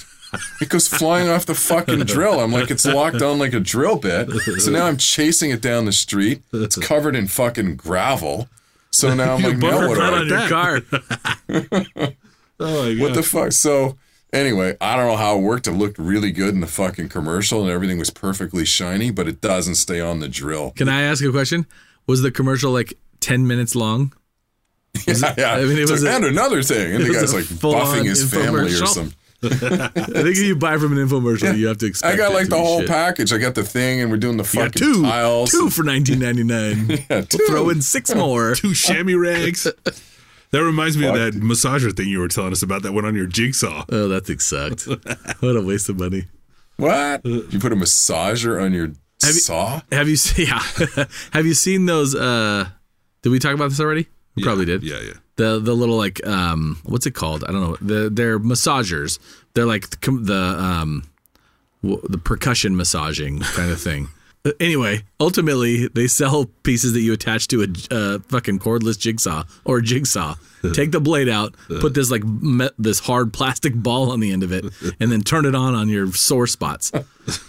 D: It goes flying off the fucking drill. I'm like, it's locked on like a drill bit. So now I'm chasing it down the street. It's covered in fucking gravel. So now I'm
F: You
D: like, now
F: buffer
D: what do
F: fell
D: I
F: on
D: do?
E: Your
F: That-
E: car.
F: Oh my god.
D: What the fuck? So anyway, I don't know how it worked. It looked really good in the fucking commercial, and everything was perfectly shiny, but it doesn't stay on the drill.
E: Can I ask a question? Was the commercial like 10 minutes long?
D: yeah, yeah.
E: I mean, it
D: So-
E: was a-
D: and another thing, and the
E: it was
D: guy's
E: a
D: like
E: full-on
D: buffing his family or
E: infomercial.
D: something.
E: I think if you buy from an infomercial, you have to expect
D: I got
E: it
D: like
E: to
D: the
E: be
D: whole
E: shit.
D: package. I got the thing, and we're doing the
E: You got
D: fucking
E: two,
D: tiles.
E: two for 19.99.
D: Yeah,
E: We'll throw
D: two.
E: in six more.
F: two chamois rags. That reminds me of that massager thing you were telling us about that went on your jigsaw.
E: Oh, that thing sucked. What a waste of money.
D: What? You put a massager on your
E: Uh, Have you-
D: saw?
E: Have you seen? Yeah. have you seen those? Uh, did we talk about this already? We probably did.
F: Yeah, yeah.
E: The the little like um what's it called? I don't know. The they're massagers. They're like the, com- the um w- the percussion massaging kind of thing. Uh, anyway, ultimately they sell pieces that you attach to a j- uh, fucking cordless jigsaw or a jigsaw. Take the blade out, put this like me- this hard plastic ball on the end of it, and then turn it on on your sore spots.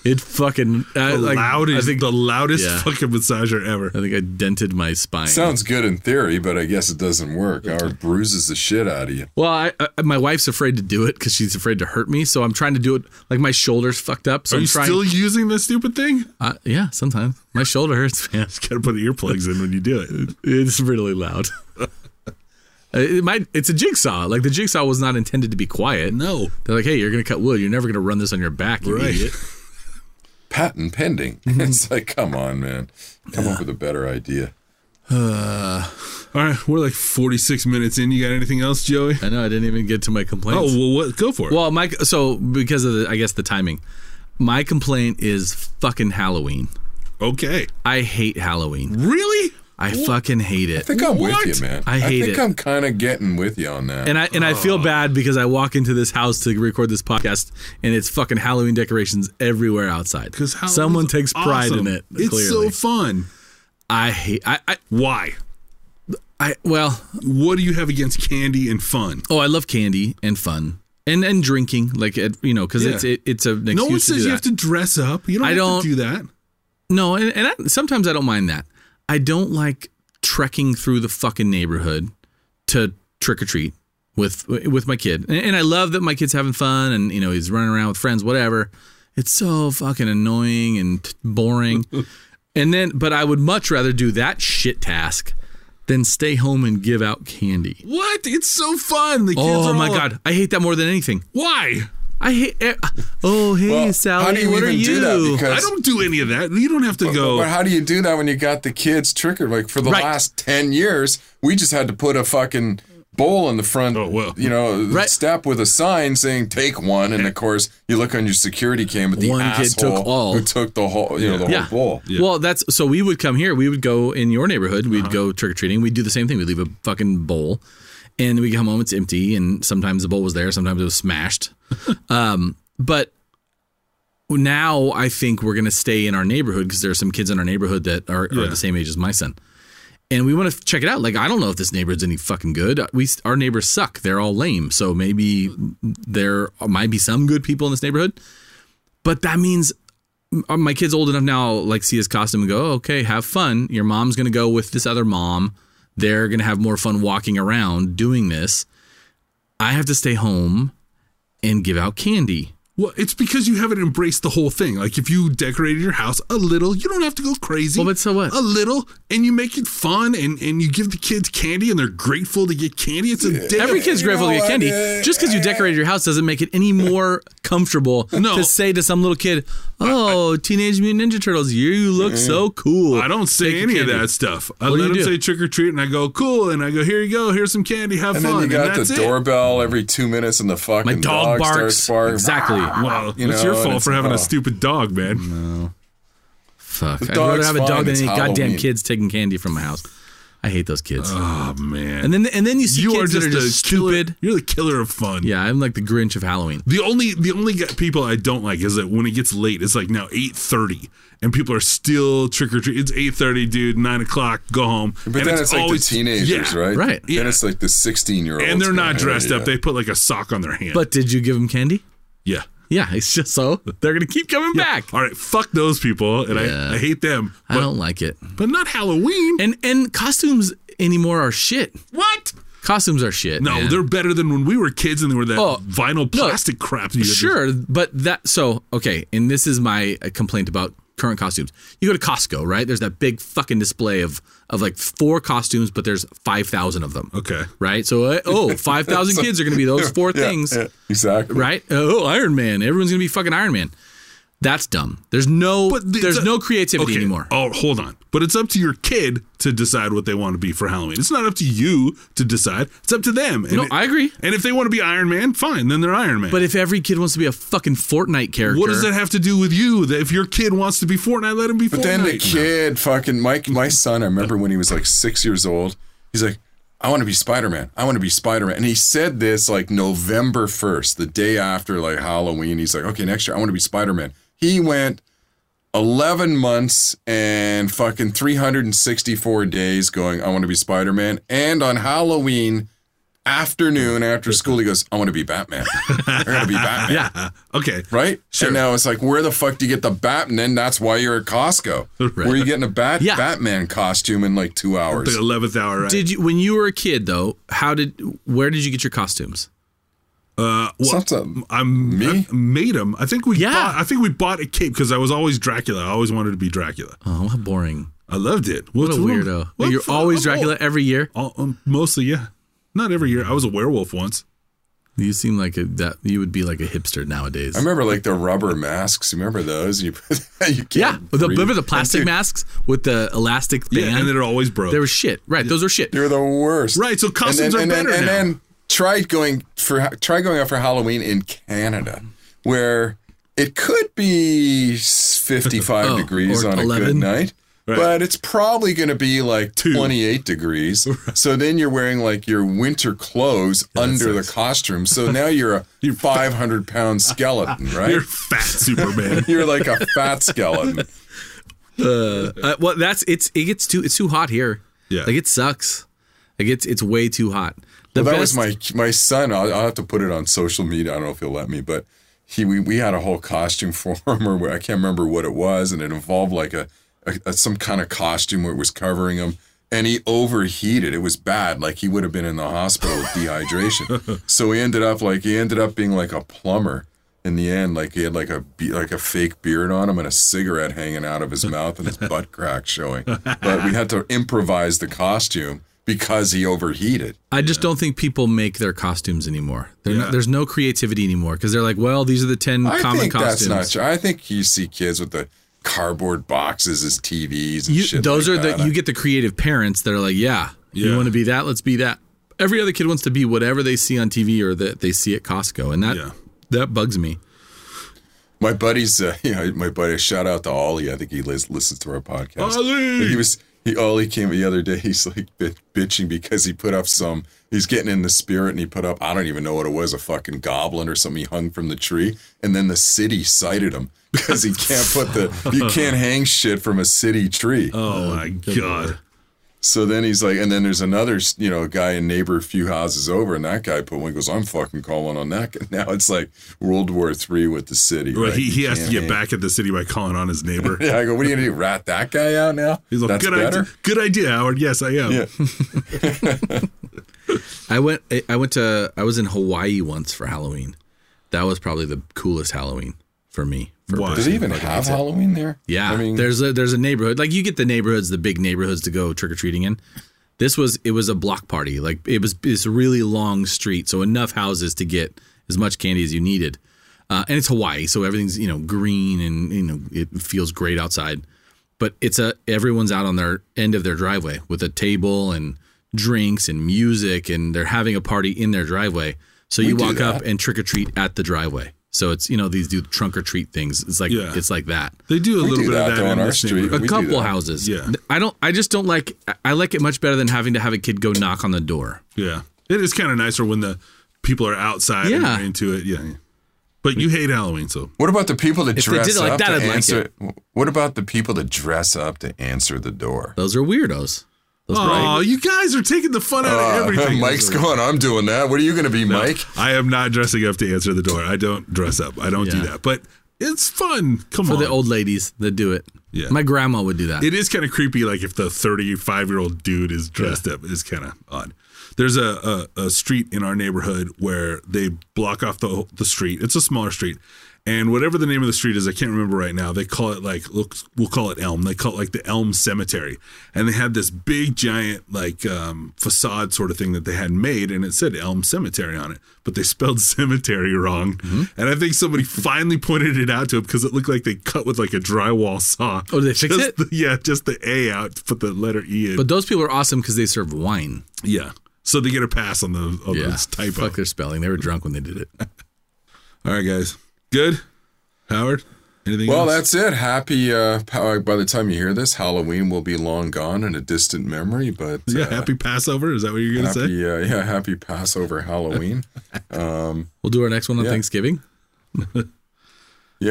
E: It fucking I,
F: The
E: like,
F: loudest,
E: I think
F: the loudest
E: yeah.
F: fucking massager ever.
E: I think I dented my spine.
D: Sounds good in theory, but I guess it doesn't work. Or it bruises the shit out of you.
E: well, I, I, my wife's afraid to do it because she's afraid to hurt me. So I'm trying to do it. Like my shoulder's fucked up. So
F: Are
E: I'm
F: you
E: trying.
F: still using this stupid thing?
E: uh, yeah, sometimes my shoulder hurts, man.
F: Gotta put earplugs in when you do it.
E: It's really loud. it might. It's a jigsaw. Like the jigsaw was not intended to be quiet.
F: No.
E: They're like, hey, you're gonna cut wood. You're never gonna run this on your back, you
F: Right.
E: idiot.
D: Patent pending.
E: Mm-hmm.
D: it's like, come on, man. Come up with a better idea.
F: All right, we're like 46 minutes in. You got anything else, Joey?
E: I know. I didn't even get to my complaints.
F: Oh, well, what? Go for it.
E: Well, my so because of the, I guess the timing. My complaint is fucking Halloween.
F: okay.
E: I hate Halloween.
F: Really?
E: I fucking hate it.
D: I think I'm
F: What?
D: with you, man.
E: I hate
D: think
E: it.
D: I'm kind of getting with you on that.
E: And I and I
F: Oh.
E: feel bad because I walk into this house to record this podcast and it's fucking Halloween decorations everywhere outside.
F: Because how
E: someone takes pride in it.
F: It's
E: clearly.
F: so fun.
E: I hate. I, I
F: Why?
E: I well.
F: What do you have against candy and fun?
E: Oh, I love candy and fun and and drinking. Like at, you know, because it's
F: Yeah.
E: it, it's an excuse
F: No one
E: to
F: says
E: do
F: you
E: that.
F: have to dress up. You don't
E: I
F: have
E: don't-
F: to do that.
E: No, and, and I, sometimes I don't mind that. I don't like trekking through the fucking neighborhood to trick or treat with with my kid, and, and I love that my kid's having fun, and you know he's running around with friends, whatever. It's so fucking annoying and t- boring. and then, but I would much rather do that shit task than stay home and give out candy.
F: What? It's so fun. The kids
E: Oh
F: are
E: my
F: all-
E: god, I hate that more than anything.
F: Why?
E: I hate. eh, Oh hey,
D: Well,
E: Sally,
D: how do you
E: what
D: even
E: are
D: do that?
E: you?
D: Because-
F: I don't do any of that. You don't have to go.
D: But how do you do that when you got the kids triggered? Like for the
E: Right.
D: last ten years, we just had to put a fucking bowl in the front,
F: Oh, whoa.
D: you know,
E: Right.
D: step with a sign saying "Take one," and of course you look on your security cam at the
E: One kid
D: asshole
E: took all.
D: who took the whole, you know, the
E: Yeah.
D: whole bowl.
E: Well, that's so we would come here. We would go in your neighborhood. We'd go trick or treating. We'd do the same thing. We'd leave a fucking bowl, and we come home. It's empty, and sometimes the bowl was there. Sometimes it was smashed. um, but now I think we're gonna stay in our neighborhood because there are some kids in our neighborhood that are, are
F: Yeah.
E: the same age as my son. And we want to check it out. Like I don't know if this neighborhood's any fucking good. Uh, We our neighbors suck. They're all lame. So maybe there might be some good people in this neighborhood. But that means uh, my kid's old enough now, like see his costume and go, oh, okay, have fun. Your mom's gonna go with this other mom. They're gonna have more fun walking around doing this. I have to stay home and give out candy.
F: Well, it's because you haven't embraced the whole thing. Like if you decorated your house a little, you don't have to go crazy.
E: Well, but so what?
F: A little, and you make it fun, and and you give the kids candy, and they're grateful to get candy. It's a day.
E: Every kid's grateful to
D: know
E: get
D: what,
E: candy.
D: uh,
E: Just because you decorated your house doesn't make it any more comfortable
F: No.
E: to say to some little kid, "Oh, Teenage Mutant Ninja Turtles, you look
D: Mm.
E: so cool."
F: I don't say
E: Take your
F: any of
E: candy.
F: that stuff. I
E: What do
F: let
E: you
F: them
E: do?
F: say trick or treat, and I go cool, and I go here you go, here's some candy, have
D: And
F: fun.
D: then you got
F: and that's
D: the
F: it.
D: doorbell every two minutes, and the fucking
E: My dog, barks.
D: starts barking.
E: Exactly.
F: Well,
D: You
F: it's
D: know,
F: your
D: and
F: fault
D: it's-
F: for having
D: oh.
F: a stupid dog,
E: Oh,
F: man.
E: Fuck. I'd
D: dog's
E: rather have a
D: fine.
E: dog than
D: It's
E: any goddamn
D: Halloween.
E: kids taking candy from my house. I hate those kids.
F: Oh man,
E: And then and then you see
F: you are
E: kids
F: just,
E: that are just
F: a killer-
E: stupid.
F: You're the killer of fun.
E: Yeah, I'm like the Grinch of Halloween.
F: The only the only g- people I don't like is that when it gets late, it's like now eight thirty, and people are still trick or treat. It's eight thirty, dude. Nine o'clock, go home.
D: But then it's, like the teenagers,
F: yeah.
D: right?
E: right.
F: Yeah.
D: Then it's like the sixteen-year-olds,
F: And they're not dressed up. They put like a sock on their hand.
E: But did you give them candy?
F: yeah,
E: Yeah, it's just so they're gonna keep coming back.
F: all right, fuck those people, and
E: Yeah.
F: I, I hate them.
E: I
F: But,
E: don't like it.
F: but not Halloween.
E: And and costumes anymore are shit.
F: what?
E: Costumes are shit.
F: No,
E: man.
F: they're better than when we were kids and they were that
E: Oh,
F: vinyl plastic crap. You
E: sure, but that so okay. And this is my uh, complaint about current costumes. You go to Costco, right? There's that big fucking display of of like four costumes, but there's five thousand of them.
F: Okay.
E: Right. So uh, oh, 5,000 kids are gonna be those four things.
D: exactly.
E: right? Oh, Iron Man. Everyone's gonna be fucking Iron Man. That's dumb. There's no
F: But the-
E: there's
F: the-
E: no creativity
F: okay.
E: anymore.
F: Oh, hold on. But it's up to your kid to decide what they want to be for Halloween. It's not up to you to decide. It's up to them. And
E: No, I agree.
F: And if they want to be Iron Man, fine. Then they're Iron Man.
E: But if every kid wants to be a fucking Fortnite character,
F: what does that have to do with you? That if your kid wants to be Fortnite, let him be Fortnite.
D: But then the kid, fucking Mike, my son, I remember when he was like six years old, he's like, I want to be Spider Man. I want to be Spider Man. And he said this like November 1st, the day after like Halloween. He's like, okay, next year I want to be Spider Man. He went 11 months and fucking 364 days going, I want to be Spider Man. And on Halloween afternoon after school, he goes, I want to be Batman. I got to be Batman.
E: Yeah.
F: Uh, Okay.
D: Right?
F: Sure.
D: And now it's like, where the fuck do you get the bat? And then that's why you're at Costco. Where are you getting a bat
E: Yeah.
D: Batman costume in like two hours?
F: The eleventh hour. Right?
E: Did you when you were a kid though? How did where did you get your costumes?
F: uh, well,
D: Something.
F: I'm
D: Me?
F: I made him. I think we.
E: Yeah.
F: Bought, I think we bought a cape because I was always Dracula. I always wanted to be Dracula.
E: Oh, how boring!
F: I loved it.
E: What
F: What's
E: a
F: wrong-
E: weirdo!
F: what
E: You're
F: for-
E: always
F: I'm
E: Dracula
F: old.
E: every year.
F: All, um, mostly, yeah. Not every year. I was a werewolf once.
E: You seem like a, that you would be like a hipster nowadays.
D: I remember like the rubber masks. You remember those? You, you can't
E: yeah, the,
D: breathe.
E: remember the plastic
D: Dude,
E: masks with the elastic band?
F: Yeah, and it always broke.
E: they were shit. Right, those were shit. Uh,
D: They're the worst.
F: Right, so costumes
D: and then, and
F: are better
D: Then, and
F: now.
D: then try going for try going out for Halloween in Canada, where it could be 55
E: Oh,
D: degrees
E: or
D: on a
E: 11.
D: good night. But it's probably going to be like 28 degrees. So then you're wearing like your winter clothes under the costume. So now you're a 500 pound skeleton, right?
F: You're
D: You're,
F: fat Superman.
D: like a fat skeleton.
E: Uh, well, that's it's it gets too it's too hot here.
F: Yeah.
E: like it sucks. Like it's it's way too hot. The
D: Well, that
E: best-
D: was my my son. I'll, I'll have to put it on social media. I don't know if he'll let me, but he we, we had a whole costume for him, or I can't remember what it was, and it involved like a, a, a- some kind of costume where it was covering him. and he overheated. It was bad. Like he would have been in the hospital with dehydration. so he ended up like he ended up being like a plumber in the end. Like he had like a be- like a fake beard on him and a cigarette hanging out of his mouth and his butt crack showing. But we had to improvise the costume because he overheated.
E: I just don't think people make their costumes anymore. They're
F: Yeah.
E: Not, there's no creativity anymore because they're like, well, these are the ten
D: I
E: common
D: think
E: costumes.
D: that's not true. I think you see kids with the cardboard boxes as TVs and
E: you,
D: shit.
E: those
D: like
E: are
D: that.
E: the you get the creative parents that are like, yeah,
F: Yeah.
E: you want to be that, let's be that. Every other kid wants to be whatever they see on TV or that they see at Costco, and that
F: Yeah.
E: that bugs me.
D: My buddy's, uh, yeah, my buddy. Shout out to Ollie. I think he lis- listens to our podcast.
F: Ollie!
D: He was he Ollie came the other day. He's like bit, bitching because he put up some. He's getting in the spirit, and he put up I don't even know what it was a fucking goblin or something. He hung from the tree, and then the city cited him because he can't put the you can't hang shit from a city tree.
F: Oh my god.
D: So then he's like, and then there's another, you know, guy in neighbor a few houses over, and that guy put one. he Goes, I'm fucking calling on that. guy." Now it's like World War Three with the city.
F: Well,
D: right?
F: he, he
D: You
F: has to
D: can't
F: get
D: hang.
F: back at the city by calling on his neighbor.
D: Yeah, I go, what are you gonna do? Rat that guy out now?
F: He's like,
D: That's
F: good
D: better.
F: idea, good idea, Howard. Yes, I am.
D: Yeah.
E: I went I- I went to I was in Hawaii once for Halloween. That was probably the coolest Halloween for me. For
F: Why?
D: Does he even have Halloween there?
E: Yeah,
D: I mean,
E: there's a there's a neighborhood like you get the neighborhoods, the big neighborhoods to go trick or treating in. This was it was a block party. Like it was this really long street, so enough houses to get as much candy as you needed. Uh, and it's Hawaii, so everything's you know green and you know it feels great outside. But it's a everyone's out on their end of their driveway with a table and drinks and music, and they're having a party in their driveway. So you
D: do
E: walk up
D: that.
E: and trick or treat at the driveway. So it's you know these do trunk or treat things. It's like
F: Yeah.
E: it's like that
F: They do a
D: We
F: little
D: do
F: bit
D: that,
F: of
D: though,
F: that
D: on
F: in
D: our
F: this
D: street.
F: neighborhood.
E: a
D: We do
E: couple
D: that.
E: houses.
F: Yeah.
E: I don't. I just don't like. I- I like it much better than having to have a kid go knock on the door.
F: Yeah, it is kind of nicer when the people are outside. and
E: Yeah.
F: they're into it. Yeah, yeah. but you hate Halloween, so
D: what about the people that
E: If they did
D: dress
E: it like
D: up
E: that,
D: to
E: I'd like
D: answer? What about the people that dress up to answer the door?
E: Those are weirdos. Those
F: oh, you guys are taking the fun out of everything.
D: Uh, Mike's going. I'm doing that. What are you going to be, Mike?
F: I am not dressing up to answer the door. I don't dress up. I don't do
E: Yeah.
F: that. But it's fun. Come
E: for
F: on.
E: the old ladies that do it.
F: Yeah.
E: My grandma would do that.
F: it is kind of creepy. Like if the 35 year old dude is dressed up, it's kind of odd. There's a, a a street in our neighborhood where they block off the the street. It's a smaller street, and whatever the name of the street is, I can't remember right now. They call it like look, we'll call it Elm. They call it like the Elm Cemetery, and they had this big giant like um, facade sort of thing that they had made, and it said Elm Cemetery on it, but they spelled cemetery wrong,
E: Mm-hmm.
F: and I think somebody finally pointed it out to him because it looked like they cut with like a drywall saw.
E: Oh, did they fix
F: Just
E: it?
F: the- yeah, just the A out to put the letter E in.
E: but those people are awesome because they serve wine.
F: yeah. So they get a pass on the on
E: Yeah.
F: this typo.
E: Fuck their spelling. They were drunk when they did it.
F: All right, guys. Good? Howard? Anything
D: Well,
F: else?
D: that's it. Happy. Uh, pa- by the time you hear this, Halloween will be long gone and a distant memory. But uh,
F: yeah, happy Passover. Is that what you're gonna say?
D: happy, uh, yeah, happy Passover, Halloween.
E: We'll do our next one on
D: Yeah.
E: Thanksgiving.
D: Yeah,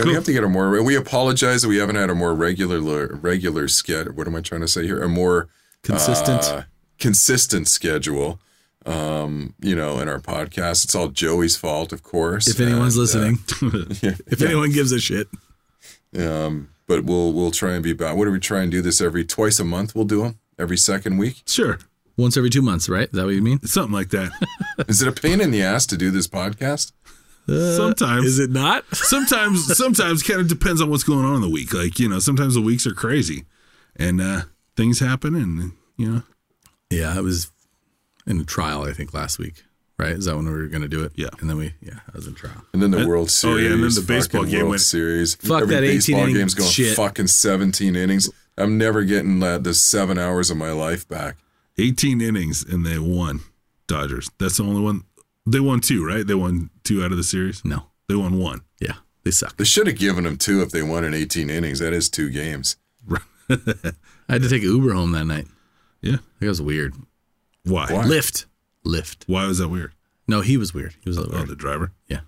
F: Cool.
D: we have to get a more. We apologize that we haven't had a more regular regular schedule. What am I trying to say here? A more
E: Consistent.
D: uh, consistent schedule. Um, you know, in our podcast, it's all Joey's fault, of course.
E: if anyone's
D: and, uh,
E: listening, if anyone gives a shit,
D: um, but we'll we'll try and be back. What do we try and do this every twice a month? We'll do them every second week.
F: Sure.
E: once every two months, right? Is that what you mean?
F: Something like that.
D: Is it a pain in the ass to do this podcast?
F: sometimes
E: Uh, Is it not?
F: sometimes sometimes kind of depends on what's going on in the week. Like, you know, sometimes the weeks are crazy and uh things happen and you know
E: Yeah, it was in a trial, I think, last week. Right? Is that when we were going to do it?
F: Yeah.
E: And then we, yeah, I was in trial.
D: And then the
F: And-
D: World
F: oh,
D: Series.
F: yeah, and then the
D: fucking
F: baseball game
D: World
F: went-
D: Series.
E: Fuck
D: Every
E: that 18
D: baseball
E: inning
D: game's going
E: shit.
D: fucking 17 innings. I'm never getting that the seven hours of my life back.
F: 18 innings and they won. Dodgers. That's the only one. They won two, right? They won two out of the series.
E: No.
F: They won one.
E: Yeah. They suck.
D: They should have given them two if they won in 18 innings. That is two games.
E: I had to take an Uber home that night.
F: Yeah.
E: That was weird.
F: Why?
D: Why?
E: Lyft. Lyft.
F: Why was that weird?
E: No, he was weird. He was a little
F: Oh,
E: weird.
F: the driver.
E: Yeah.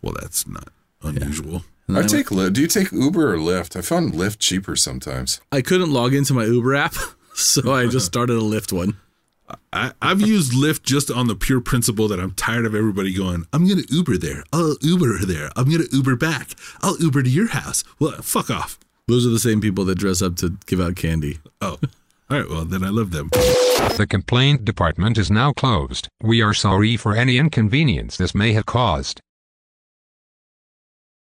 F: Well, that's not unusual.
E: And
D: I
E: then I,
D: take Lyft. Do you take Uber or Lyft? I found Lyft cheaper sometimes.
E: I couldn't log into my Uber app, so I just started a Lyft one.
F: I, I've used Lyft just on the pure principle that I'm tired of everybody going, I'm going to Uber there. I'll Uber there. I'm going to Uber back. I'll Uber to your house. Well, fuck off.
E: Those are the same people that dress up to give out candy.
F: Oh, All right, well, then I love them.
G: The complaint department is now closed. We are sorry for any inconvenience this may have caused.